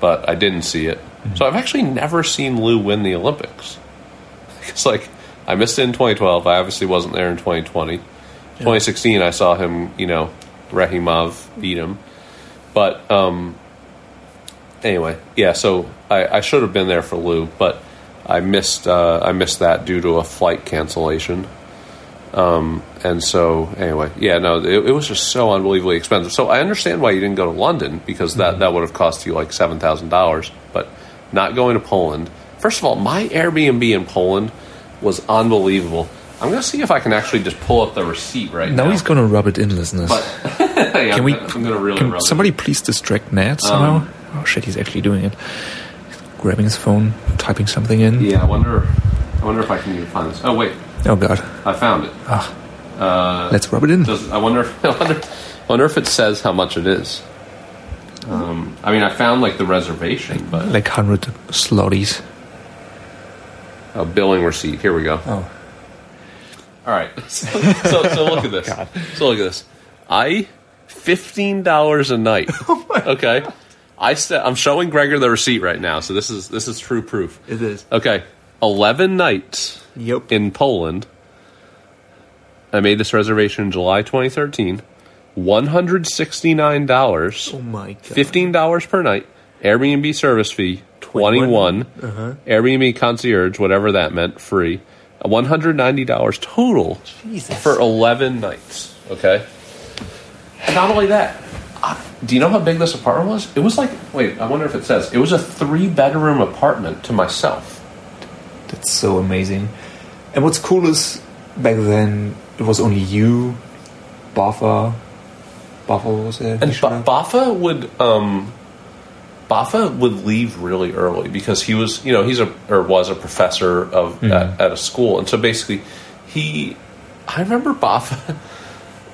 [SPEAKER 2] but I didn't see it. So I've actually never seen Lou win the Olympics. It's like I missed it in 2012. I obviously wasn't there in 2020. 2016, I saw him. You know, Rahimov beat him. But um, anyway, yeah. So I, I should have been there for Lou, but I missed. Uh, I missed that due to a flight cancellation. Um, And so, anyway, yeah, no, it, it was just so unbelievably expensive. So I understand why you didn't go to London because
[SPEAKER 1] Mm-hmm.
[SPEAKER 2] that, that would have cost you like seven thousand dollars. But not going to Poland. First of all, my Airbnb in Poland was unbelievable. I'm gonna see if I can actually just pull up the receipt right now.
[SPEAKER 1] now he's going to rub it in, listeners.
[SPEAKER 2] Yeah,
[SPEAKER 1] can
[SPEAKER 2] I'm
[SPEAKER 1] we?
[SPEAKER 2] gonna- I'm gonna really
[SPEAKER 1] can
[SPEAKER 2] rub it. Um,
[SPEAKER 1] somebody please distract Ned somehow? oh shit, he's actually doing it. Grabbing his phone, typing something in.
[SPEAKER 2] Yeah, I wonder. I wonder if I can even find this. Oh wait,
[SPEAKER 1] Oh god.
[SPEAKER 2] I found it.
[SPEAKER 1] Ah.
[SPEAKER 2] Uh,
[SPEAKER 1] Let's rub it in.
[SPEAKER 2] Does, I wonder. If, I wonder. I wonder if it says how much it is. Um, I mean, I found like the reservation, but
[SPEAKER 1] Like hundred slotties.
[SPEAKER 2] a billing receipt. Here we go.
[SPEAKER 1] Oh.
[SPEAKER 2] All right. Oh, So, so, so look at this. so look at this. I fifteen dollars a night. okay. I said I'm showing Gregor the receipt right now, so this is this is true proof.
[SPEAKER 1] It is.
[SPEAKER 2] Okay, eleven nights
[SPEAKER 1] Yep.
[SPEAKER 2] in Poland. I made this reservation in July 2013. One hundred sixty nine dollars.
[SPEAKER 1] oh my god.
[SPEAKER 2] Fifteen dollars per night. Airbnb service fee twenty one. Airbnb concierge, whatever that meant, free. One hundred ninety dollars total
[SPEAKER 1] Jesus.
[SPEAKER 2] for eleven nights. Okay. And not only that, I, do you know how big this apartment was? It was like wait, I wonder if it says it was a three bedroom apartment to myself.
[SPEAKER 1] That's so amazing. And what's cool is back then it was only you, Bafa. Bafa was there.
[SPEAKER 2] And
[SPEAKER 1] He showed
[SPEAKER 2] ba-
[SPEAKER 1] up.
[SPEAKER 2] Bafa would um, Bafa would leave really early because he was, you know, he's a or was a professor of at, at a school, and so basically, he. I remember Bafa.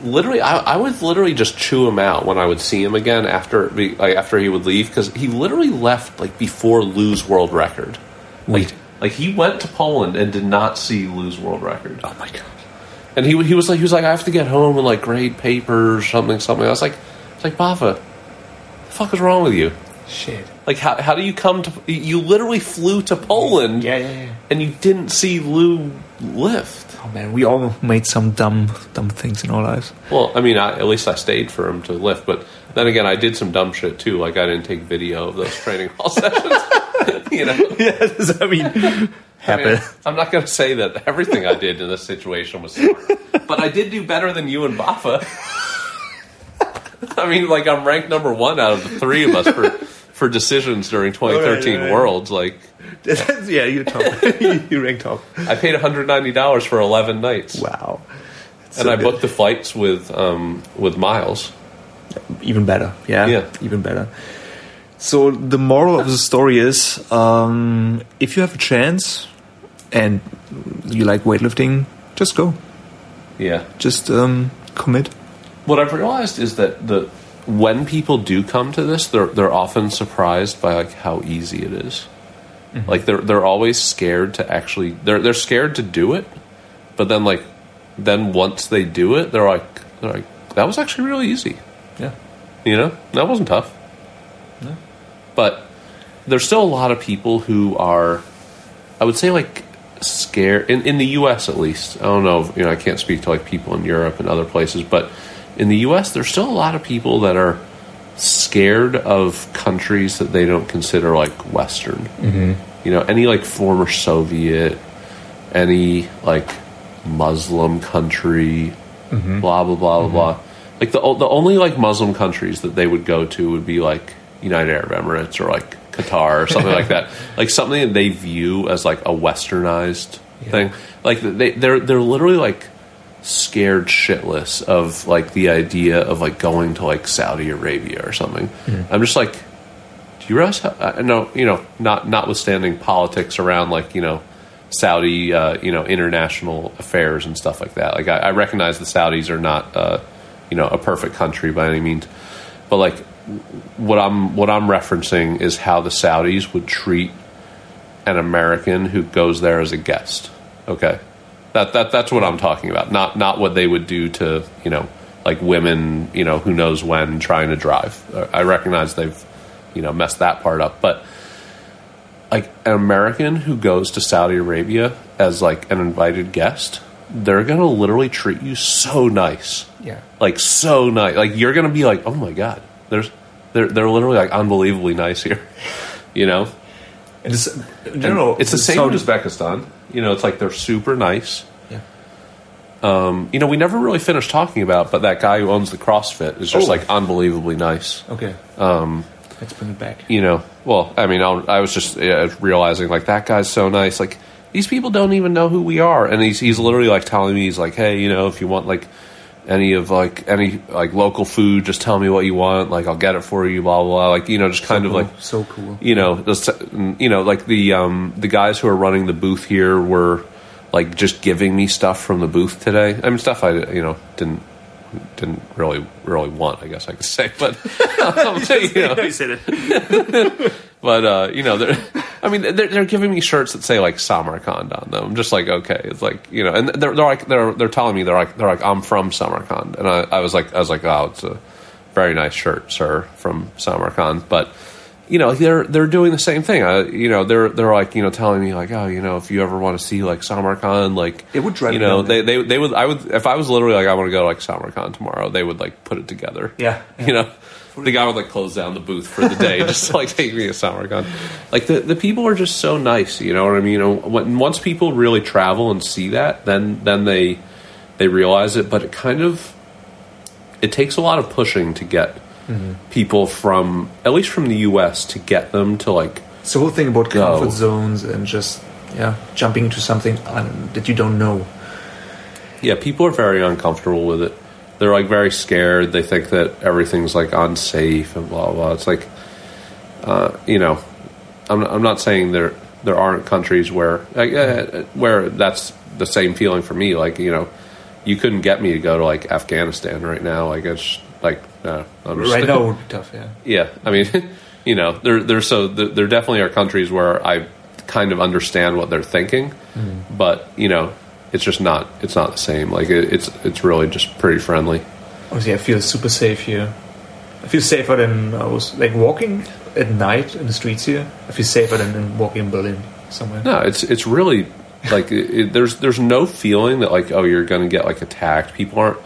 [SPEAKER 2] Literally, I, I would literally just chew him out when I would see him again after be- like, after he would leave because he literally left like before Lou's world record.
[SPEAKER 1] Wait.
[SPEAKER 2] Like he went to Poland and did not see Lou's world record.
[SPEAKER 1] oh my god.
[SPEAKER 2] And he he was like he was like I have to get home and like grade papers something something. I was like I was like Bafa, the fuck is wrong with you?
[SPEAKER 1] Shit.
[SPEAKER 2] Like how how do you come to you literally flew to Poland
[SPEAKER 1] Yeah, yeah, yeah.
[SPEAKER 2] and you didn't see Lou lift.
[SPEAKER 1] Oh man, we all made some dumb dumb things in our lives.
[SPEAKER 2] Well, I mean, I, at least I stayed for him to lift. But then again, I did some dumb shit too. Like I didn't take video of those training hall sessions. you know,
[SPEAKER 1] yes, I mean
[SPEAKER 2] I
[SPEAKER 1] happen.
[SPEAKER 2] am not going to say that everything I did in this situation was smart, but I did do better than you and Bafa. I mean, like I'm ranked number one out of the three of us for for decisions during 2013
[SPEAKER 1] All right, all right.
[SPEAKER 2] Worlds. Like
[SPEAKER 1] yeah, you're top. you rank top.
[SPEAKER 2] I paid 190 dollars for 11 nights,
[SPEAKER 1] Wow. That's
[SPEAKER 2] and
[SPEAKER 1] so
[SPEAKER 2] I
[SPEAKER 1] good.
[SPEAKER 2] booked the flights with um, with Miles.
[SPEAKER 1] even better. Yeah,
[SPEAKER 2] Yeah.
[SPEAKER 1] even better. So the moral of the story is, um, if you have a chance and you like weightlifting, just go.
[SPEAKER 2] Yeah.
[SPEAKER 1] Just um, commit.
[SPEAKER 2] What I've realized is that the when people do come to this, they're they're often surprised by like how easy it is. Like they're they're always scared to actually they're they're scared to do it, but then like then once they do it, they're like they're like that was actually really easy.
[SPEAKER 1] Yeah.
[SPEAKER 2] You know, that wasn't tough. But there's still a lot of people who are, I would say, like scare in, in the U.S. at least. I don't know. You know, I can't speak to like people in Europe and other places, but in the U.S., there's still a lot of people that are scared of countries that they don't consider like Western. You know, any like former Soviet, any like Muslim country, blah blah blah blah blah. Like the o- the only like Muslim countries that they would go to would be like United Arab Emirates or like Qatar or something like that. Like something that they view as like a westernized thing. Like they they're they're literally like scared shitless of like the idea of like going to like Saudi Arabia or something. I'm just like, do you realize how? I know uh, you know not notwithstanding politics around like you know Saudi uh, you know international affairs and stuff like that. Like I, I recognize the Saudis are not uh, you know a perfect country by any means, but like what I'm what I'm referencing is how the Saudis would treat an American who goes there as a guest. Okay, that that that's what I'm talking about. Not not what they would do to you know like women you know who knows when trying to drive. Uh, I recognize they've you know messed that part up, but like an American who goes to Saudi Arabia as like an invited guest, they're gonna literally treat you so nice
[SPEAKER 1] Yeah.
[SPEAKER 2] like so nice. Like you're gonna be like, oh my god, there's they're they're literally like unbelievably nice here, you know.
[SPEAKER 1] And it's, I don't know,
[SPEAKER 2] It's the same
[SPEAKER 1] Saudi-
[SPEAKER 2] in Uzbekistan. You know, it's like they're super nice.
[SPEAKER 1] Yeah.
[SPEAKER 2] You know, we never really finished talking about, but that guy who owns the CrossFit is just
[SPEAKER 1] Oh.
[SPEAKER 2] like unbelievably nice.
[SPEAKER 1] Okay. Um, Let's bring it back.
[SPEAKER 2] You know, well, I mean, I'll, I was just uh, realizing like that guy's so nice. Like these people don't even know who we are, and he's he's literally like telling me he's like, hey, you know, if you want like any of like any like local food, just tell me what you want. Like I'll get it for you. Blah blah. blah. Like you know, just kind of like
[SPEAKER 1] so cool.
[SPEAKER 2] you know, the, you know, like the um, the guys who are running the booth here were like just giving me stuff from the booth today. I mean, stuff I you know didn't didn't really really want. I guess I could say, but um, you know,
[SPEAKER 1] said it.
[SPEAKER 2] but uh, you know, they're, I mean, they're, they're giving me shirts that say like Samarkand on them. I'm just like, okay, it's like you know, and they're, they're like they're they're telling me they're like they're like I'm from Samarkand, and I, I was like I was like, oh, it's a very nice shirt, sir, from Samarkand, but. You know, they're they're doing the same thing. I, you know, they're they're like you know telling me like, oh, you know, if you ever want to see like Samarkand, like
[SPEAKER 1] It would drive
[SPEAKER 2] you
[SPEAKER 1] me
[SPEAKER 2] know,
[SPEAKER 1] down
[SPEAKER 2] they, they they would I would if I was literally like I want to go to, like SummerCon tomorrow, they would like put it together.
[SPEAKER 1] Yeah, yeah.
[SPEAKER 2] you know, the guy would like close down the booth for the day, just to, like take me to SummerCon. Like the the people are just so nice. You know what I mean? You know, when, once people really travel and see that, then then they they realize it. But it kind of it takes a lot of pushing to get people from at least from the U.S. to get them to like
[SPEAKER 1] It's the whole thing about
[SPEAKER 2] Go.
[SPEAKER 1] comfort zones and just yeah, jumping into something un- that you don't know.
[SPEAKER 2] Yeah, people are very uncomfortable with it. They're like very scared. They think that everything's like unsafe and blah blah. It's like, uh, you know, I'm I'm not saying there there aren't countries where like, uh, where that's the same feeling for me. Like you know, you couldn't get me to go to like Afghanistan right now. Like it's like uh, no, I'm just-
[SPEAKER 1] Right now, would be tough. Yeah,
[SPEAKER 2] yeah, I mean, you know, there there so there, there definitely are countries where I kind of understand what they're thinking, but you know, it's just not it's not the same. Like it, it's it's really just pretty friendly.
[SPEAKER 1] obviously, I feel super safe here. I feel safer than I was like walking at night in the streets here. I feel safer than, than walking in Berlin somewhere.
[SPEAKER 2] No, it's it's really like it, it- there's there's no feeling that like oh you're gonna get like attacked. People aren't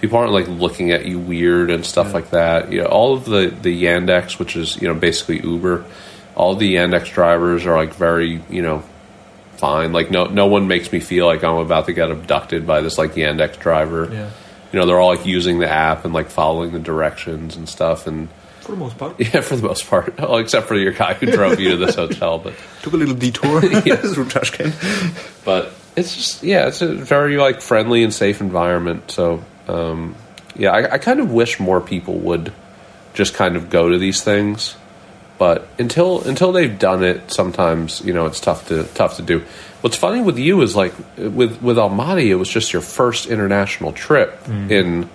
[SPEAKER 2] people aren't like looking at you weird and stuff like that. You know, all of the the Yandex, which is you know basically Uber, all the Yandex drivers are like very you know fine. Like no no one makes me feel like I'm about to get abducted by this like Yandex driver.
[SPEAKER 1] Yeah.
[SPEAKER 2] You know, they're all like using the app and like following the directions and stuff. And
[SPEAKER 1] For the most part,
[SPEAKER 2] yeah, for the most part, well, except for your guy who drove you to this hotel, but.
[SPEAKER 1] took a little detour through Tashkent.
[SPEAKER 2] but it's just yeah, it's a very like friendly and safe environment. So um, yeah, I, I kind of wish more people would just kind of go to these things, but until until they've done it, sometimes you know it's tough to tough to do. What's funny with you is like with with Almaty, it was just your first international trip in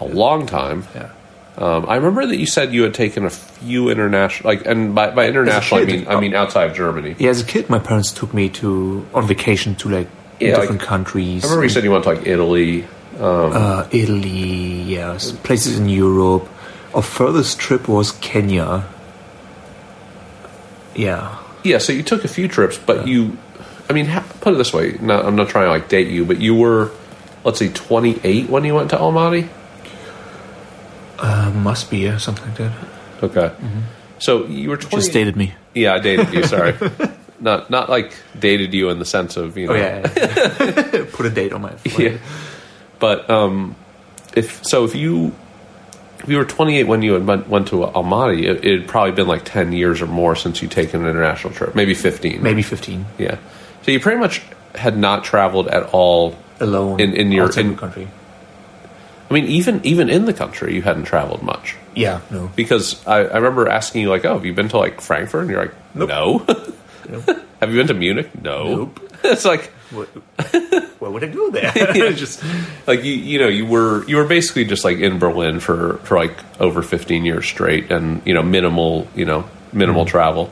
[SPEAKER 2] a long time.
[SPEAKER 1] Yeah.
[SPEAKER 2] Um, I remember that you said you had taken a few international, like, and by, by international I
[SPEAKER 1] kid.
[SPEAKER 2] mean I mean outside of Germany.
[SPEAKER 1] Yeah, as a kid, my parents took me to on vacation to like
[SPEAKER 2] Yeah, like-
[SPEAKER 1] different countries.
[SPEAKER 2] I remember you said you went to like Italy,
[SPEAKER 1] uh, Italy, yes, places in Europe. Our furthest trip was Kenya. Yeah,
[SPEAKER 2] Yeah, so you took a few trips, but you, I mean, how, put it this way. Not, I'm not trying to like date you, but you were, let's see, 28 when you went to Almaty.
[SPEAKER 1] Uh, must be yeah, something like that.
[SPEAKER 2] Okay. Mm-hmm. So you were 28.
[SPEAKER 3] Just dated me.
[SPEAKER 2] Yeah, I dated you. Sorry. not not like dated you in the sense of you know.
[SPEAKER 1] Oh yeah, yeah, yeah. put a date on my.
[SPEAKER 2] Yeah. But um, if so, if you if you were 28 when you had went, went to Almaty, it it had probably been like 10 years or more since you'd taken an international trip, maybe 15.
[SPEAKER 1] maybe fifteen
[SPEAKER 2] Yeah. So you pretty much had not traveled at all.
[SPEAKER 1] alone
[SPEAKER 2] In- in your-
[SPEAKER 1] outside
[SPEAKER 2] in-
[SPEAKER 1] the country.
[SPEAKER 2] I mean, even even in the country, you hadn't traveled much.
[SPEAKER 1] Yeah, no.
[SPEAKER 2] Because I, I remember asking you like, "Oh, have you been to like Frankfurt?" And you're like, "No." have you been to Munich? No.
[SPEAKER 1] Nope.
[SPEAKER 2] it's like
[SPEAKER 1] What, what would I do there? Just
[SPEAKER 2] like you you know you were you were basically just like in Berlin for for like over 15 years straight and you know minimal you know minimal
[SPEAKER 1] Mm-hmm.
[SPEAKER 2] travel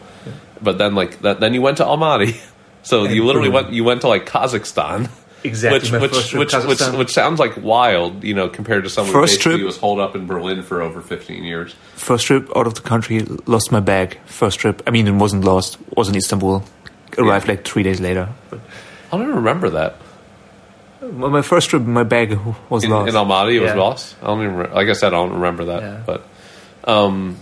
[SPEAKER 2] but then like that, then you went to Almaty so you literally
[SPEAKER 1] Berlin.
[SPEAKER 2] went you went to like Kazakhstan
[SPEAKER 1] Exactly,
[SPEAKER 2] which
[SPEAKER 1] my
[SPEAKER 2] which
[SPEAKER 1] first trip
[SPEAKER 2] which,
[SPEAKER 1] to
[SPEAKER 2] which
[SPEAKER 1] Kazakhstan.
[SPEAKER 2] which sounds like wild you know compared to someone
[SPEAKER 3] First
[SPEAKER 2] who basically
[SPEAKER 3] trip?
[SPEAKER 2] was holed up in Berlin for over 15 years
[SPEAKER 3] First trip out of the country, lost my bag. First trip, I mean, it wasn't lost. Was in Istanbul. Arrived like three days later.
[SPEAKER 2] I don't even remember that
[SPEAKER 3] My my first trip, my bag was
[SPEAKER 2] in,
[SPEAKER 3] lost.
[SPEAKER 2] in Almaty it was
[SPEAKER 1] Yeah.
[SPEAKER 2] lost. I don't even re- like I said I don't remember that,
[SPEAKER 1] Yeah.
[SPEAKER 2] but um,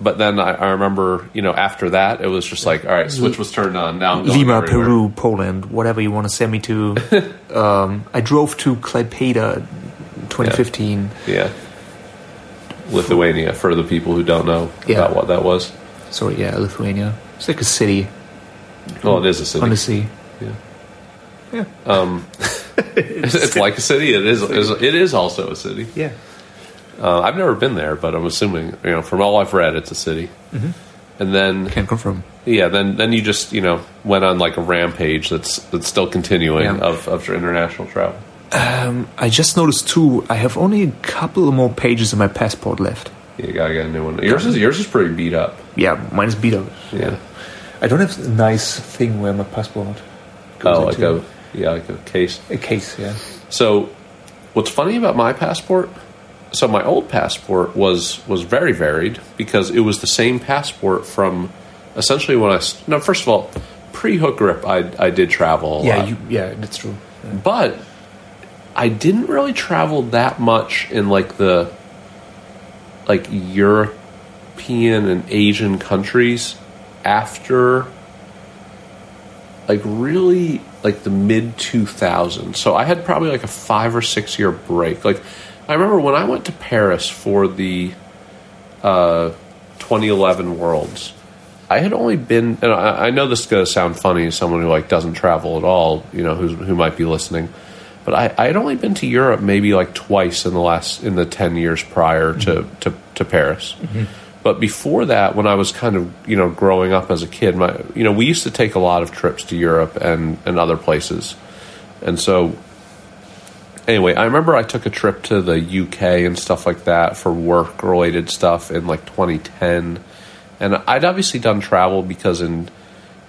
[SPEAKER 2] but then I, I remember you know after that it was just like all right switch was turned on now I'm going
[SPEAKER 3] Lima,
[SPEAKER 2] everywhere.
[SPEAKER 3] Peru, Poland, whatever you want to send me to. um, I drove to Klaipeda 2015.
[SPEAKER 2] yeah Lithuania for the people who don't know
[SPEAKER 3] Yeah.
[SPEAKER 2] about what that was
[SPEAKER 3] Sorry, yeah, Lithuania. It's like a city
[SPEAKER 2] well it is a city
[SPEAKER 3] on the sea.
[SPEAKER 2] yeah um it's like a city it is it is also a city
[SPEAKER 1] yeah.
[SPEAKER 2] uh, I've never been there but I'm assuming you know from all I've read it's a city and then
[SPEAKER 3] Can confirm.
[SPEAKER 2] yeah, then then you just you know went on like a rampage that's that's still continuing
[SPEAKER 3] Yeah.
[SPEAKER 2] of of your international travel.
[SPEAKER 3] I just noticed too. I have only a couple more pages of my passport left.
[SPEAKER 2] You gotta get a new one. Yours is yours is pretty beat up.
[SPEAKER 3] Yeah, mine's beat up.
[SPEAKER 2] Yeah.
[SPEAKER 1] I don't have a nice thing where my passport goes
[SPEAKER 2] Oh, like
[SPEAKER 1] into.
[SPEAKER 2] a yeah, like a case.
[SPEAKER 1] a case. Yeah.
[SPEAKER 2] So, what's funny about my passport? So my old passport was was very varied because it was the same passport from essentially when I s- no first of all pre hook grip I I did travel a
[SPEAKER 1] Yeah.
[SPEAKER 2] lot.
[SPEAKER 1] You, yeah. That's true. Yeah.
[SPEAKER 2] but I didn't really travel that much in like the like European and Asian countries after like really like the mid 2000s. So I had probably like a 5 or 6 year break. Like I remember when I went to Paris for the uh 2011 Worlds. I had only been, and I, I know this is going to sound funny to someone who like doesn't travel at all, you know, who's, who might be listening, but I, I had only been to Europe maybe like twice in the last in the ten years prior to, to to Paris. But before that, when I was kind of you know growing up as a kid, my you know we used to take a lot of trips to Europe and and other places, and so anyway, I remember I took a trip to the UK and stuff like that for work related stuff in like 2010. And I'd obviously done travel because in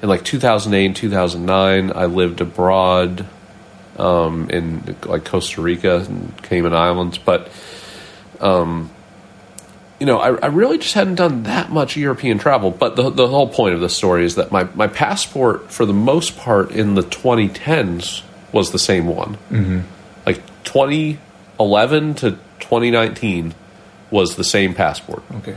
[SPEAKER 2] in like 2008 and 2009 I lived abroad um, in like Costa Rica and Cayman Islands, but um you know, I, I really just hadn't done that much European travel. But the, the whole point of this story is that my, my passport, for the most part, in the 2010s was the same one like 2011 to 2019 was the same passport.
[SPEAKER 1] Okay.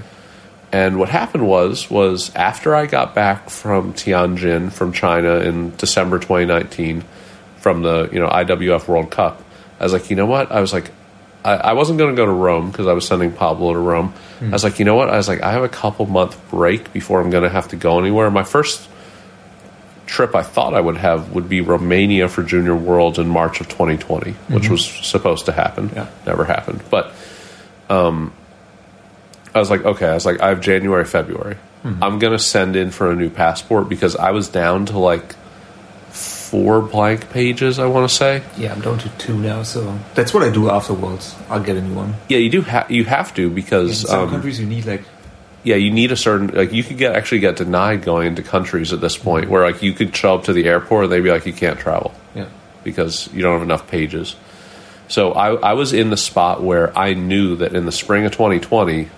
[SPEAKER 2] And what happened was was after I got back from Tianjin from China in December 2019 from the you know IWF World Cup, I was like, you know what? I was like, I, I wasn't going to go to Rome because I was sending Pablo to Rome. I was like, you know what? I was like, I have a couple month break before I'm going to have to go anywhere. My first trip I thought I would have would be Romania for Junior Worlds in March of 2020, which was supposed to happen.
[SPEAKER 1] Yeah.
[SPEAKER 2] Never happened, but. I was like, okay, I was like, I have January, February.
[SPEAKER 1] Hmm.
[SPEAKER 2] I'm gonna send in for a new passport because I was down to like four blank pages. I want to say.
[SPEAKER 1] Yeah. I'm down to two now, so that's what I do afterwards. I'll get a new one.
[SPEAKER 2] Yeah, you do. Ha- you have to
[SPEAKER 1] In
[SPEAKER 2] because
[SPEAKER 1] some
[SPEAKER 2] um,
[SPEAKER 1] countries, you need like
[SPEAKER 2] yeah, you need a certain like you could get actually get denied going into countries at this point where like you could show up to the airport and they'd be like, you can't travel.
[SPEAKER 1] yeah.
[SPEAKER 2] because you don't have enough pages. So I, I was in the spot where I knew that in the spring of 2020,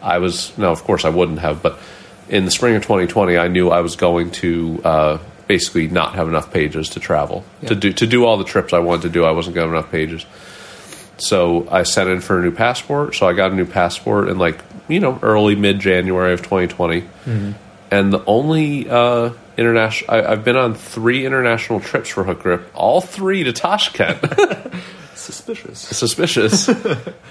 [SPEAKER 2] I was no, of course I wouldn't have, but in the spring of 2020, I knew I was going to uh, basically not have enough pages to travel to do to do all the trips I wanted to do. I wasn't going to have enough pages, so I sent in for a new passport. So I got a new passport in like you know early mid January of 2020, and the only uh, international I, I've been on three international trips for Hook Grip, all three to Tashkent.
[SPEAKER 3] Suspicious.
[SPEAKER 2] suspicious.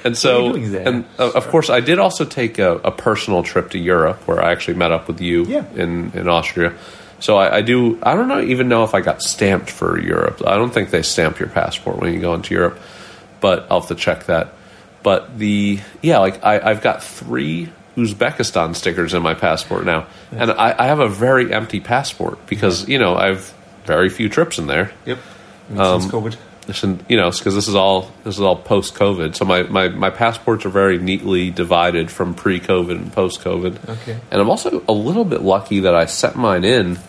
[SPEAKER 2] and
[SPEAKER 3] What
[SPEAKER 2] so,
[SPEAKER 3] are you doing there?
[SPEAKER 2] and uh, of course, I did also take a, a personal trip to Europe where I actually met up with you
[SPEAKER 1] Yeah.
[SPEAKER 2] in, in Austria. So I, I do. I don't know even know if I got stamped for Europe. I don't think they stamp your passport when you go into Europe, but I'll have to check that. But the yeah, like I, I've got three Uzbekistan stickers in my passport now, and I, I have a very empty passport because you know I've very few trips in there
[SPEAKER 1] Yep. Um, since COVID.
[SPEAKER 2] and you know because this is all this is all post COVID. So my, my my passports are very neatly divided from pre COVID and post COVID.
[SPEAKER 1] Okay.
[SPEAKER 2] And I'm also a little bit lucky that I sent mine in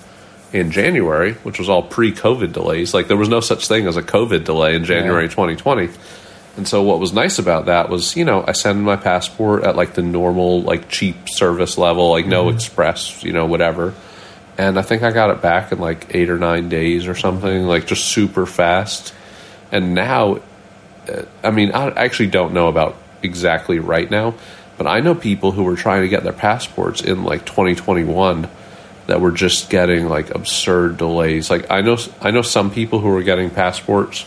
[SPEAKER 2] in January, which was all pre COVID delays. Like there was no such thing as a COVID delay in January
[SPEAKER 1] Yeah.
[SPEAKER 2] 2020. And so what was nice about that was, you know, I sent in my passport at like the normal, like cheap service level, like no express, you know, whatever. And I think I got it back in like eight or nine days or something, like just super fast. And now, uh, I mean, I actually don't know about exactly right now, but I know people who were trying to get their passports in like 2021 that were just getting like absurd delays. Like I know, I know some people who were getting passports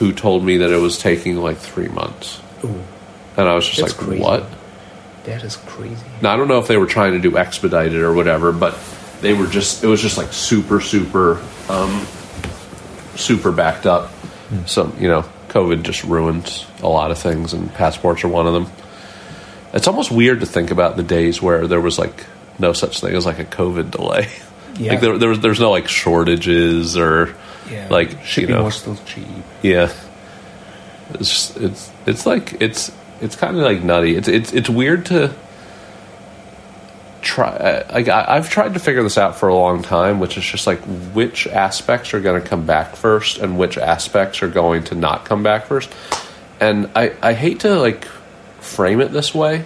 [SPEAKER 2] who told me that it was taking like three months,
[SPEAKER 1] Ooh,
[SPEAKER 2] and I was just
[SPEAKER 1] That's
[SPEAKER 2] like,
[SPEAKER 1] crazy.
[SPEAKER 2] what?
[SPEAKER 1] that is crazy.
[SPEAKER 2] Now I don't know if they were trying to do expedited or whatever, but they were just it was just like super super um, super backed up.
[SPEAKER 1] Hmm.
[SPEAKER 2] Some you know COVID just ruins a lot of things, and passports are one of them. It's almost weird to think about the days where there was like no such thing as like a COVID delay.
[SPEAKER 1] Yeah.
[SPEAKER 2] Like there, there was there's no like shortages or like
[SPEAKER 1] shipping
[SPEAKER 2] you know
[SPEAKER 1] was still cheap.
[SPEAKER 2] yeah. It's just- it's it's like it's it's kind of like nutty. It's it's it's weird to try. I- Like I, I've tried to figure this out for a long time, which is just like which aspects are going to come back first and which aspects are going to not come back first. And I I hate to like frame it this way,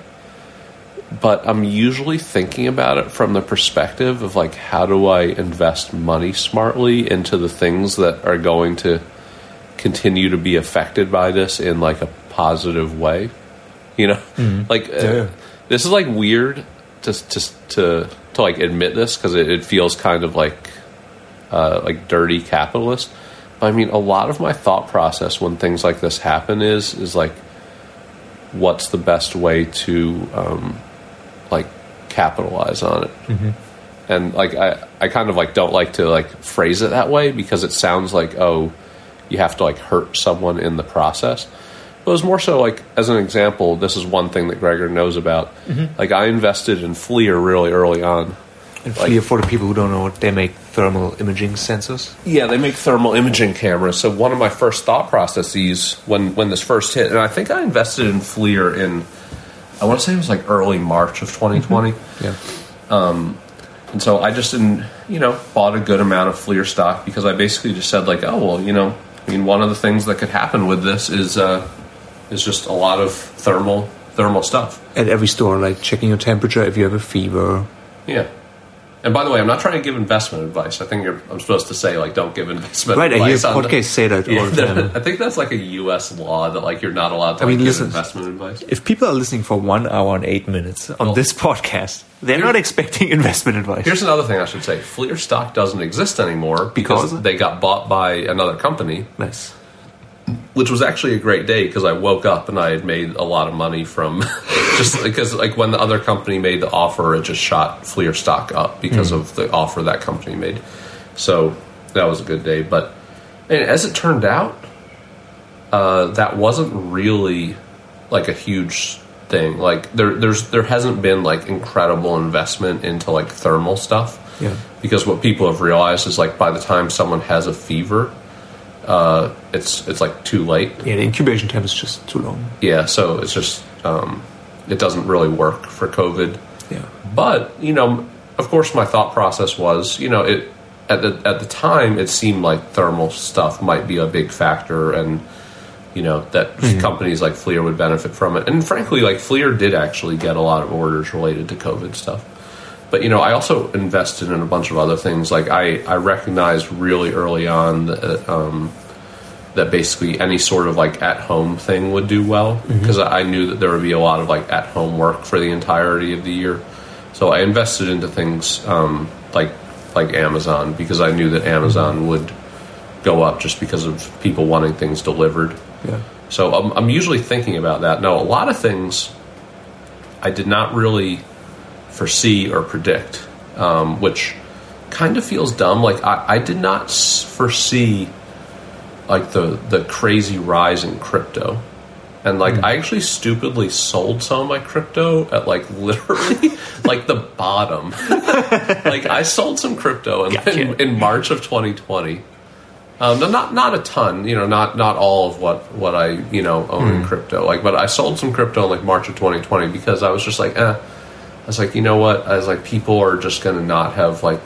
[SPEAKER 2] but I'm usually thinking about it from the perspective of like how do I invest money smartly into the things that are going to continue to be affected by this in like a positive way. You know, like uh,
[SPEAKER 1] Yeah.
[SPEAKER 2] this is like weird to to to, to like admit this because it, it feels kind of like uh, like dirty capitalist. But I mean, a lot of my thought process when things like this happen is is like, what's the best way to um, like capitalize on it? and like I, I kind of like don't like to like phrase it that way because it sounds like oh you have to like hurt someone in the process but it was more so like as an example this is one thing that gregor knows about like i invested in FLIR really early on
[SPEAKER 3] And
[SPEAKER 2] Like-
[SPEAKER 3] Fleer, for the people who don't know, they make thermal imaging sensors.
[SPEAKER 2] Yeah, they make thermal imaging cameras. So one of my first thought processes when when this first hit, and I think I invested in FLIR in I want to say it was like early March of 2020. Yeah. Um, and so I just didn't, you know, bought a good amount of FLIR stock because I basically just said like, oh well, you know, I mean, one of the things that could happen with this is uh, is just a lot of thermal thermal stuff.
[SPEAKER 3] At every store, like checking your temperature, if you have a fever.
[SPEAKER 2] Yeah. And by the way, I'm not trying to give investment advice. I think you're, I'm supposed to say like, don't give investment.
[SPEAKER 3] Right, I hear
[SPEAKER 2] advice on the-
[SPEAKER 3] podcasts say that all the
[SPEAKER 2] Yeah,
[SPEAKER 3] time.
[SPEAKER 2] I think that's like a U.S. law that like you're not allowed to
[SPEAKER 3] I
[SPEAKER 2] like,
[SPEAKER 3] mean,
[SPEAKER 2] give
[SPEAKER 3] listen-
[SPEAKER 2] investment advice.
[SPEAKER 3] If people are listening for one hour and eight minutes
[SPEAKER 2] Oh.
[SPEAKER 3] on this podcast, they're not expecting investment advice.
[SPEAKER 2] Here's another thing I should say: Fleer stock doesn't exist anymore
[SPEAKER 3] Because?
[SPEAKER 2] they got bought by another company,
[SPEAKER 3] Nice.
[SPEAKER 2] which was actually a great day because I woke up and I had made a lot of money from just because like when the other company made the offer, it just shot Fleer stock up because of the offer that company made. So that was a good day, but and as it turned out, uh, that wasn't really like a huge thing. Like there, there's there hasn't been like incredible investment into like thermal stuff.
[SPEAKER 3] Yeah.
[SPEAKER 2] Because what people have realized is like by the time someone has a fever, uh, it's it's like too late.
[SPEAKER 3] Yeah, the incubation time is just too long.
[SPEAKER 2] Yeah. So it's just um, it doesn't really work for COVID.
[SPEAKER 3] Yeah.
[SPEAKER 2] But you know, of course, my thought process was, you know, it at the at the time it seemed like thermal stuff might be a big factor, and you know that companies like Fleer would benefit from it. And frankly, like Fleer did actually get a lot of orders related to COVID stuff. But you know, I also invested in a bunch of other things. Like I, I recognized really early on that, um, that basically any sort of like at home thing would do well because I knew that there would be a lot of like at home work for the entirety of the year. So I invested into things um, like like Amazon because I knew that Amazon would go up just because of people wanting things delivered.
[SPEAKER 1] Yeah.
[SPEAKER 2] So I'm, I'm usually thinking about that. Now, a lot of things I did not really foresee or predict, um, which kind of feels dumb. Like I, I did not s- foresee like the the crazy rise in crypto, and like I actually stupidly sold some of my crypto at like literally like the bottom. like I sold some crypto in, in,
[SPEAKER 1] Gotcha.
[SPEAKER 2] in March of 2020. Um, no, not not a ton, you know, not not all of what what I you know own in crypto. Like, but I sold some crypto in like March of 2020 because I was just like, eh. I was like, you know what? I was like, people are just going to not have like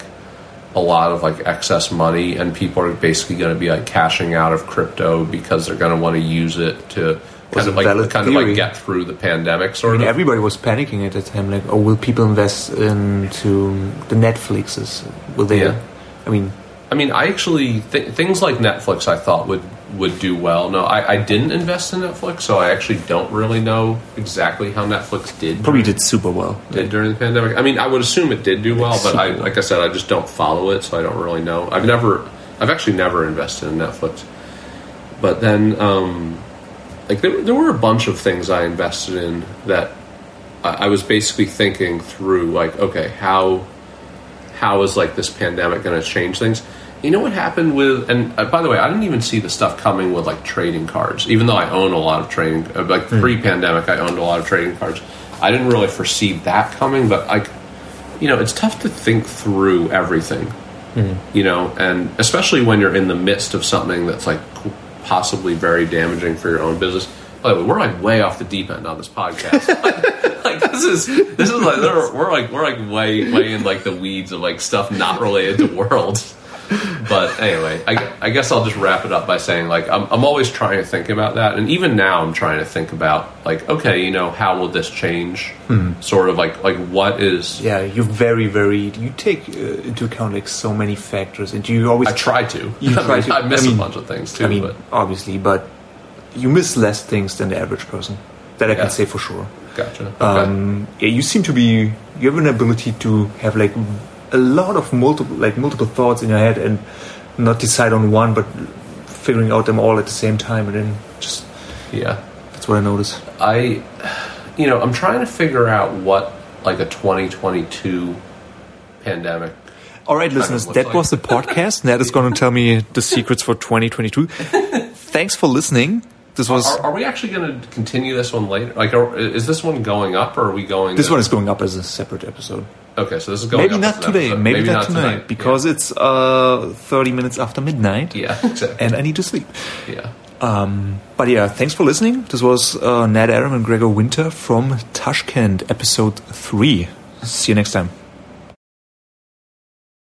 [SPEAKER 2] a lot of like excess money, and people are basically going to be like cashing out of crypto because they're going to want to use it to
[SPEAKER 1] Was
[SPEAKER 2] kind of
[SPEAKER 1] a
[SPEAKER 2] like
[SPEAKER 1] valid
[SPEAKER 2] kind of like
[SPEAKER 1] theory.
[SPEAKER 2] get through the pandemic, sort of.
[SPEAKER 1] Everybody was panicking at the time, like, oh, will people invest into the Netflixes? Will they?
[SPEAKER 2] Yeah.
[SPEAKER 1] I mean,
[SPEAKER 2] I mean, I actually th- things like Netflix, I thought would would do well. No, I, I didn't invest in Netflix, so I actually don't really know exactly how Netflix did
[SPEAKER 1] probably did super well.
[SPEAKER 2] did during the pandemic. I mean, I would assume it did do well, but I like I said, I just don't follow it, so I don't really know. I've never, I've actually never invested in Netflix. But then, um, like there, there were a bunch of things I invested in that I, I was basically thinking through, like, okay, how how is like this pandemic going to change things? You know what happened with, and uh, by the way, I didn't even see the stuff coming with like trading cards. Even though I own a lot of trading, uh, like pre-pandemic, I owned a lot of trading cards. I didn't really foresee that coming, but like, you know, it's tough to think through everything, you know, and especially when you're in the midst of something that's like possibly very damaging for your own business. By the way, we're like way off the deep end on this podcast like this is this is like they're- we're like we're like way way in like the weeds of like stuff not related to worlds. But anyway, I, I guess I'll just wrap it up by saying like I'm I'm always trying to think about that, and even now I'm trying to think about like okay, you know, how will this change? Sort of like like what is
[SPEAKER 1] Yeah, you very, very. You take uh, into account like so many factors, and you always
[SPEAKER 2] I try to
[SPEAKER 1] You
[SPEAKER 2] I,
[SPEAKER 1] try
[SPEAKER 2] mean,
[SPEAKER 1] to-
[SPEAKER 2] I miss
[SPEAKER 1] I mean-
[SPEAKER 2] a bunch of things too,
[SPEAKER 1] I mean,
[SPEAKER 2] but
[SPEAKER 1] obviously, but you miss less things than the average person. That I
[SPEAKER 2] Yeah.
[SPEAKER 1] can say for sure.
[SPEAKER 2] gotcha. Okay.
[SPEAKER 1] Um, yeah, you seem to be. You have an ability to have like a lot of multiple, like multiple thoughts in your head, and not decide on one, but figuring out them all at the same time, and then just
[SPEAKER 2] yeah.
[SPEAKER 1] that's what I notice.
[SPEAKER 2] I, you know, I'm trying to figure out what like a 2022 pandemic
[SPEAKER 1] All right, listeners,
[SPEAKER 2] looks
[SPEAKER 1] that
[SPEAKER 2] like.
[SPEAKER 1] was the podcast. Ned is going to tell me the secrets for 2022. Thanks for listening. This was
[SPEAKER 2] Are, are we actually going to continue this one later? Like, are, is this one going up, or are we going?
[SPEAKER 1] this
[SPEAKER 2] to-
[SPEAKER 1] one is going up as a separate episode.
[SPEAKER 2] okay. So this is going.
[SPEAKER 1] maybe
[SPEAKER 2] up
[SPEAKER 1] not
[SPEAKER 2] as an
[SPEAKER 1] today.
[SPEAKER 2] episode.
[SPEAKER 1] Maybe, not, tonight, because it's uh, 30 minutes after midnight,
[SPEAKER 2] yeah, yeah, exactly.
[SPEAKER 1] and I need to sleep.
[SPEAKER 2] yeah.
[SPEAKER 1] Um, but yeah, thanks for listening. This was uh, Ned Aram and Gregor Winter from Tashkent, episode three. See you next time.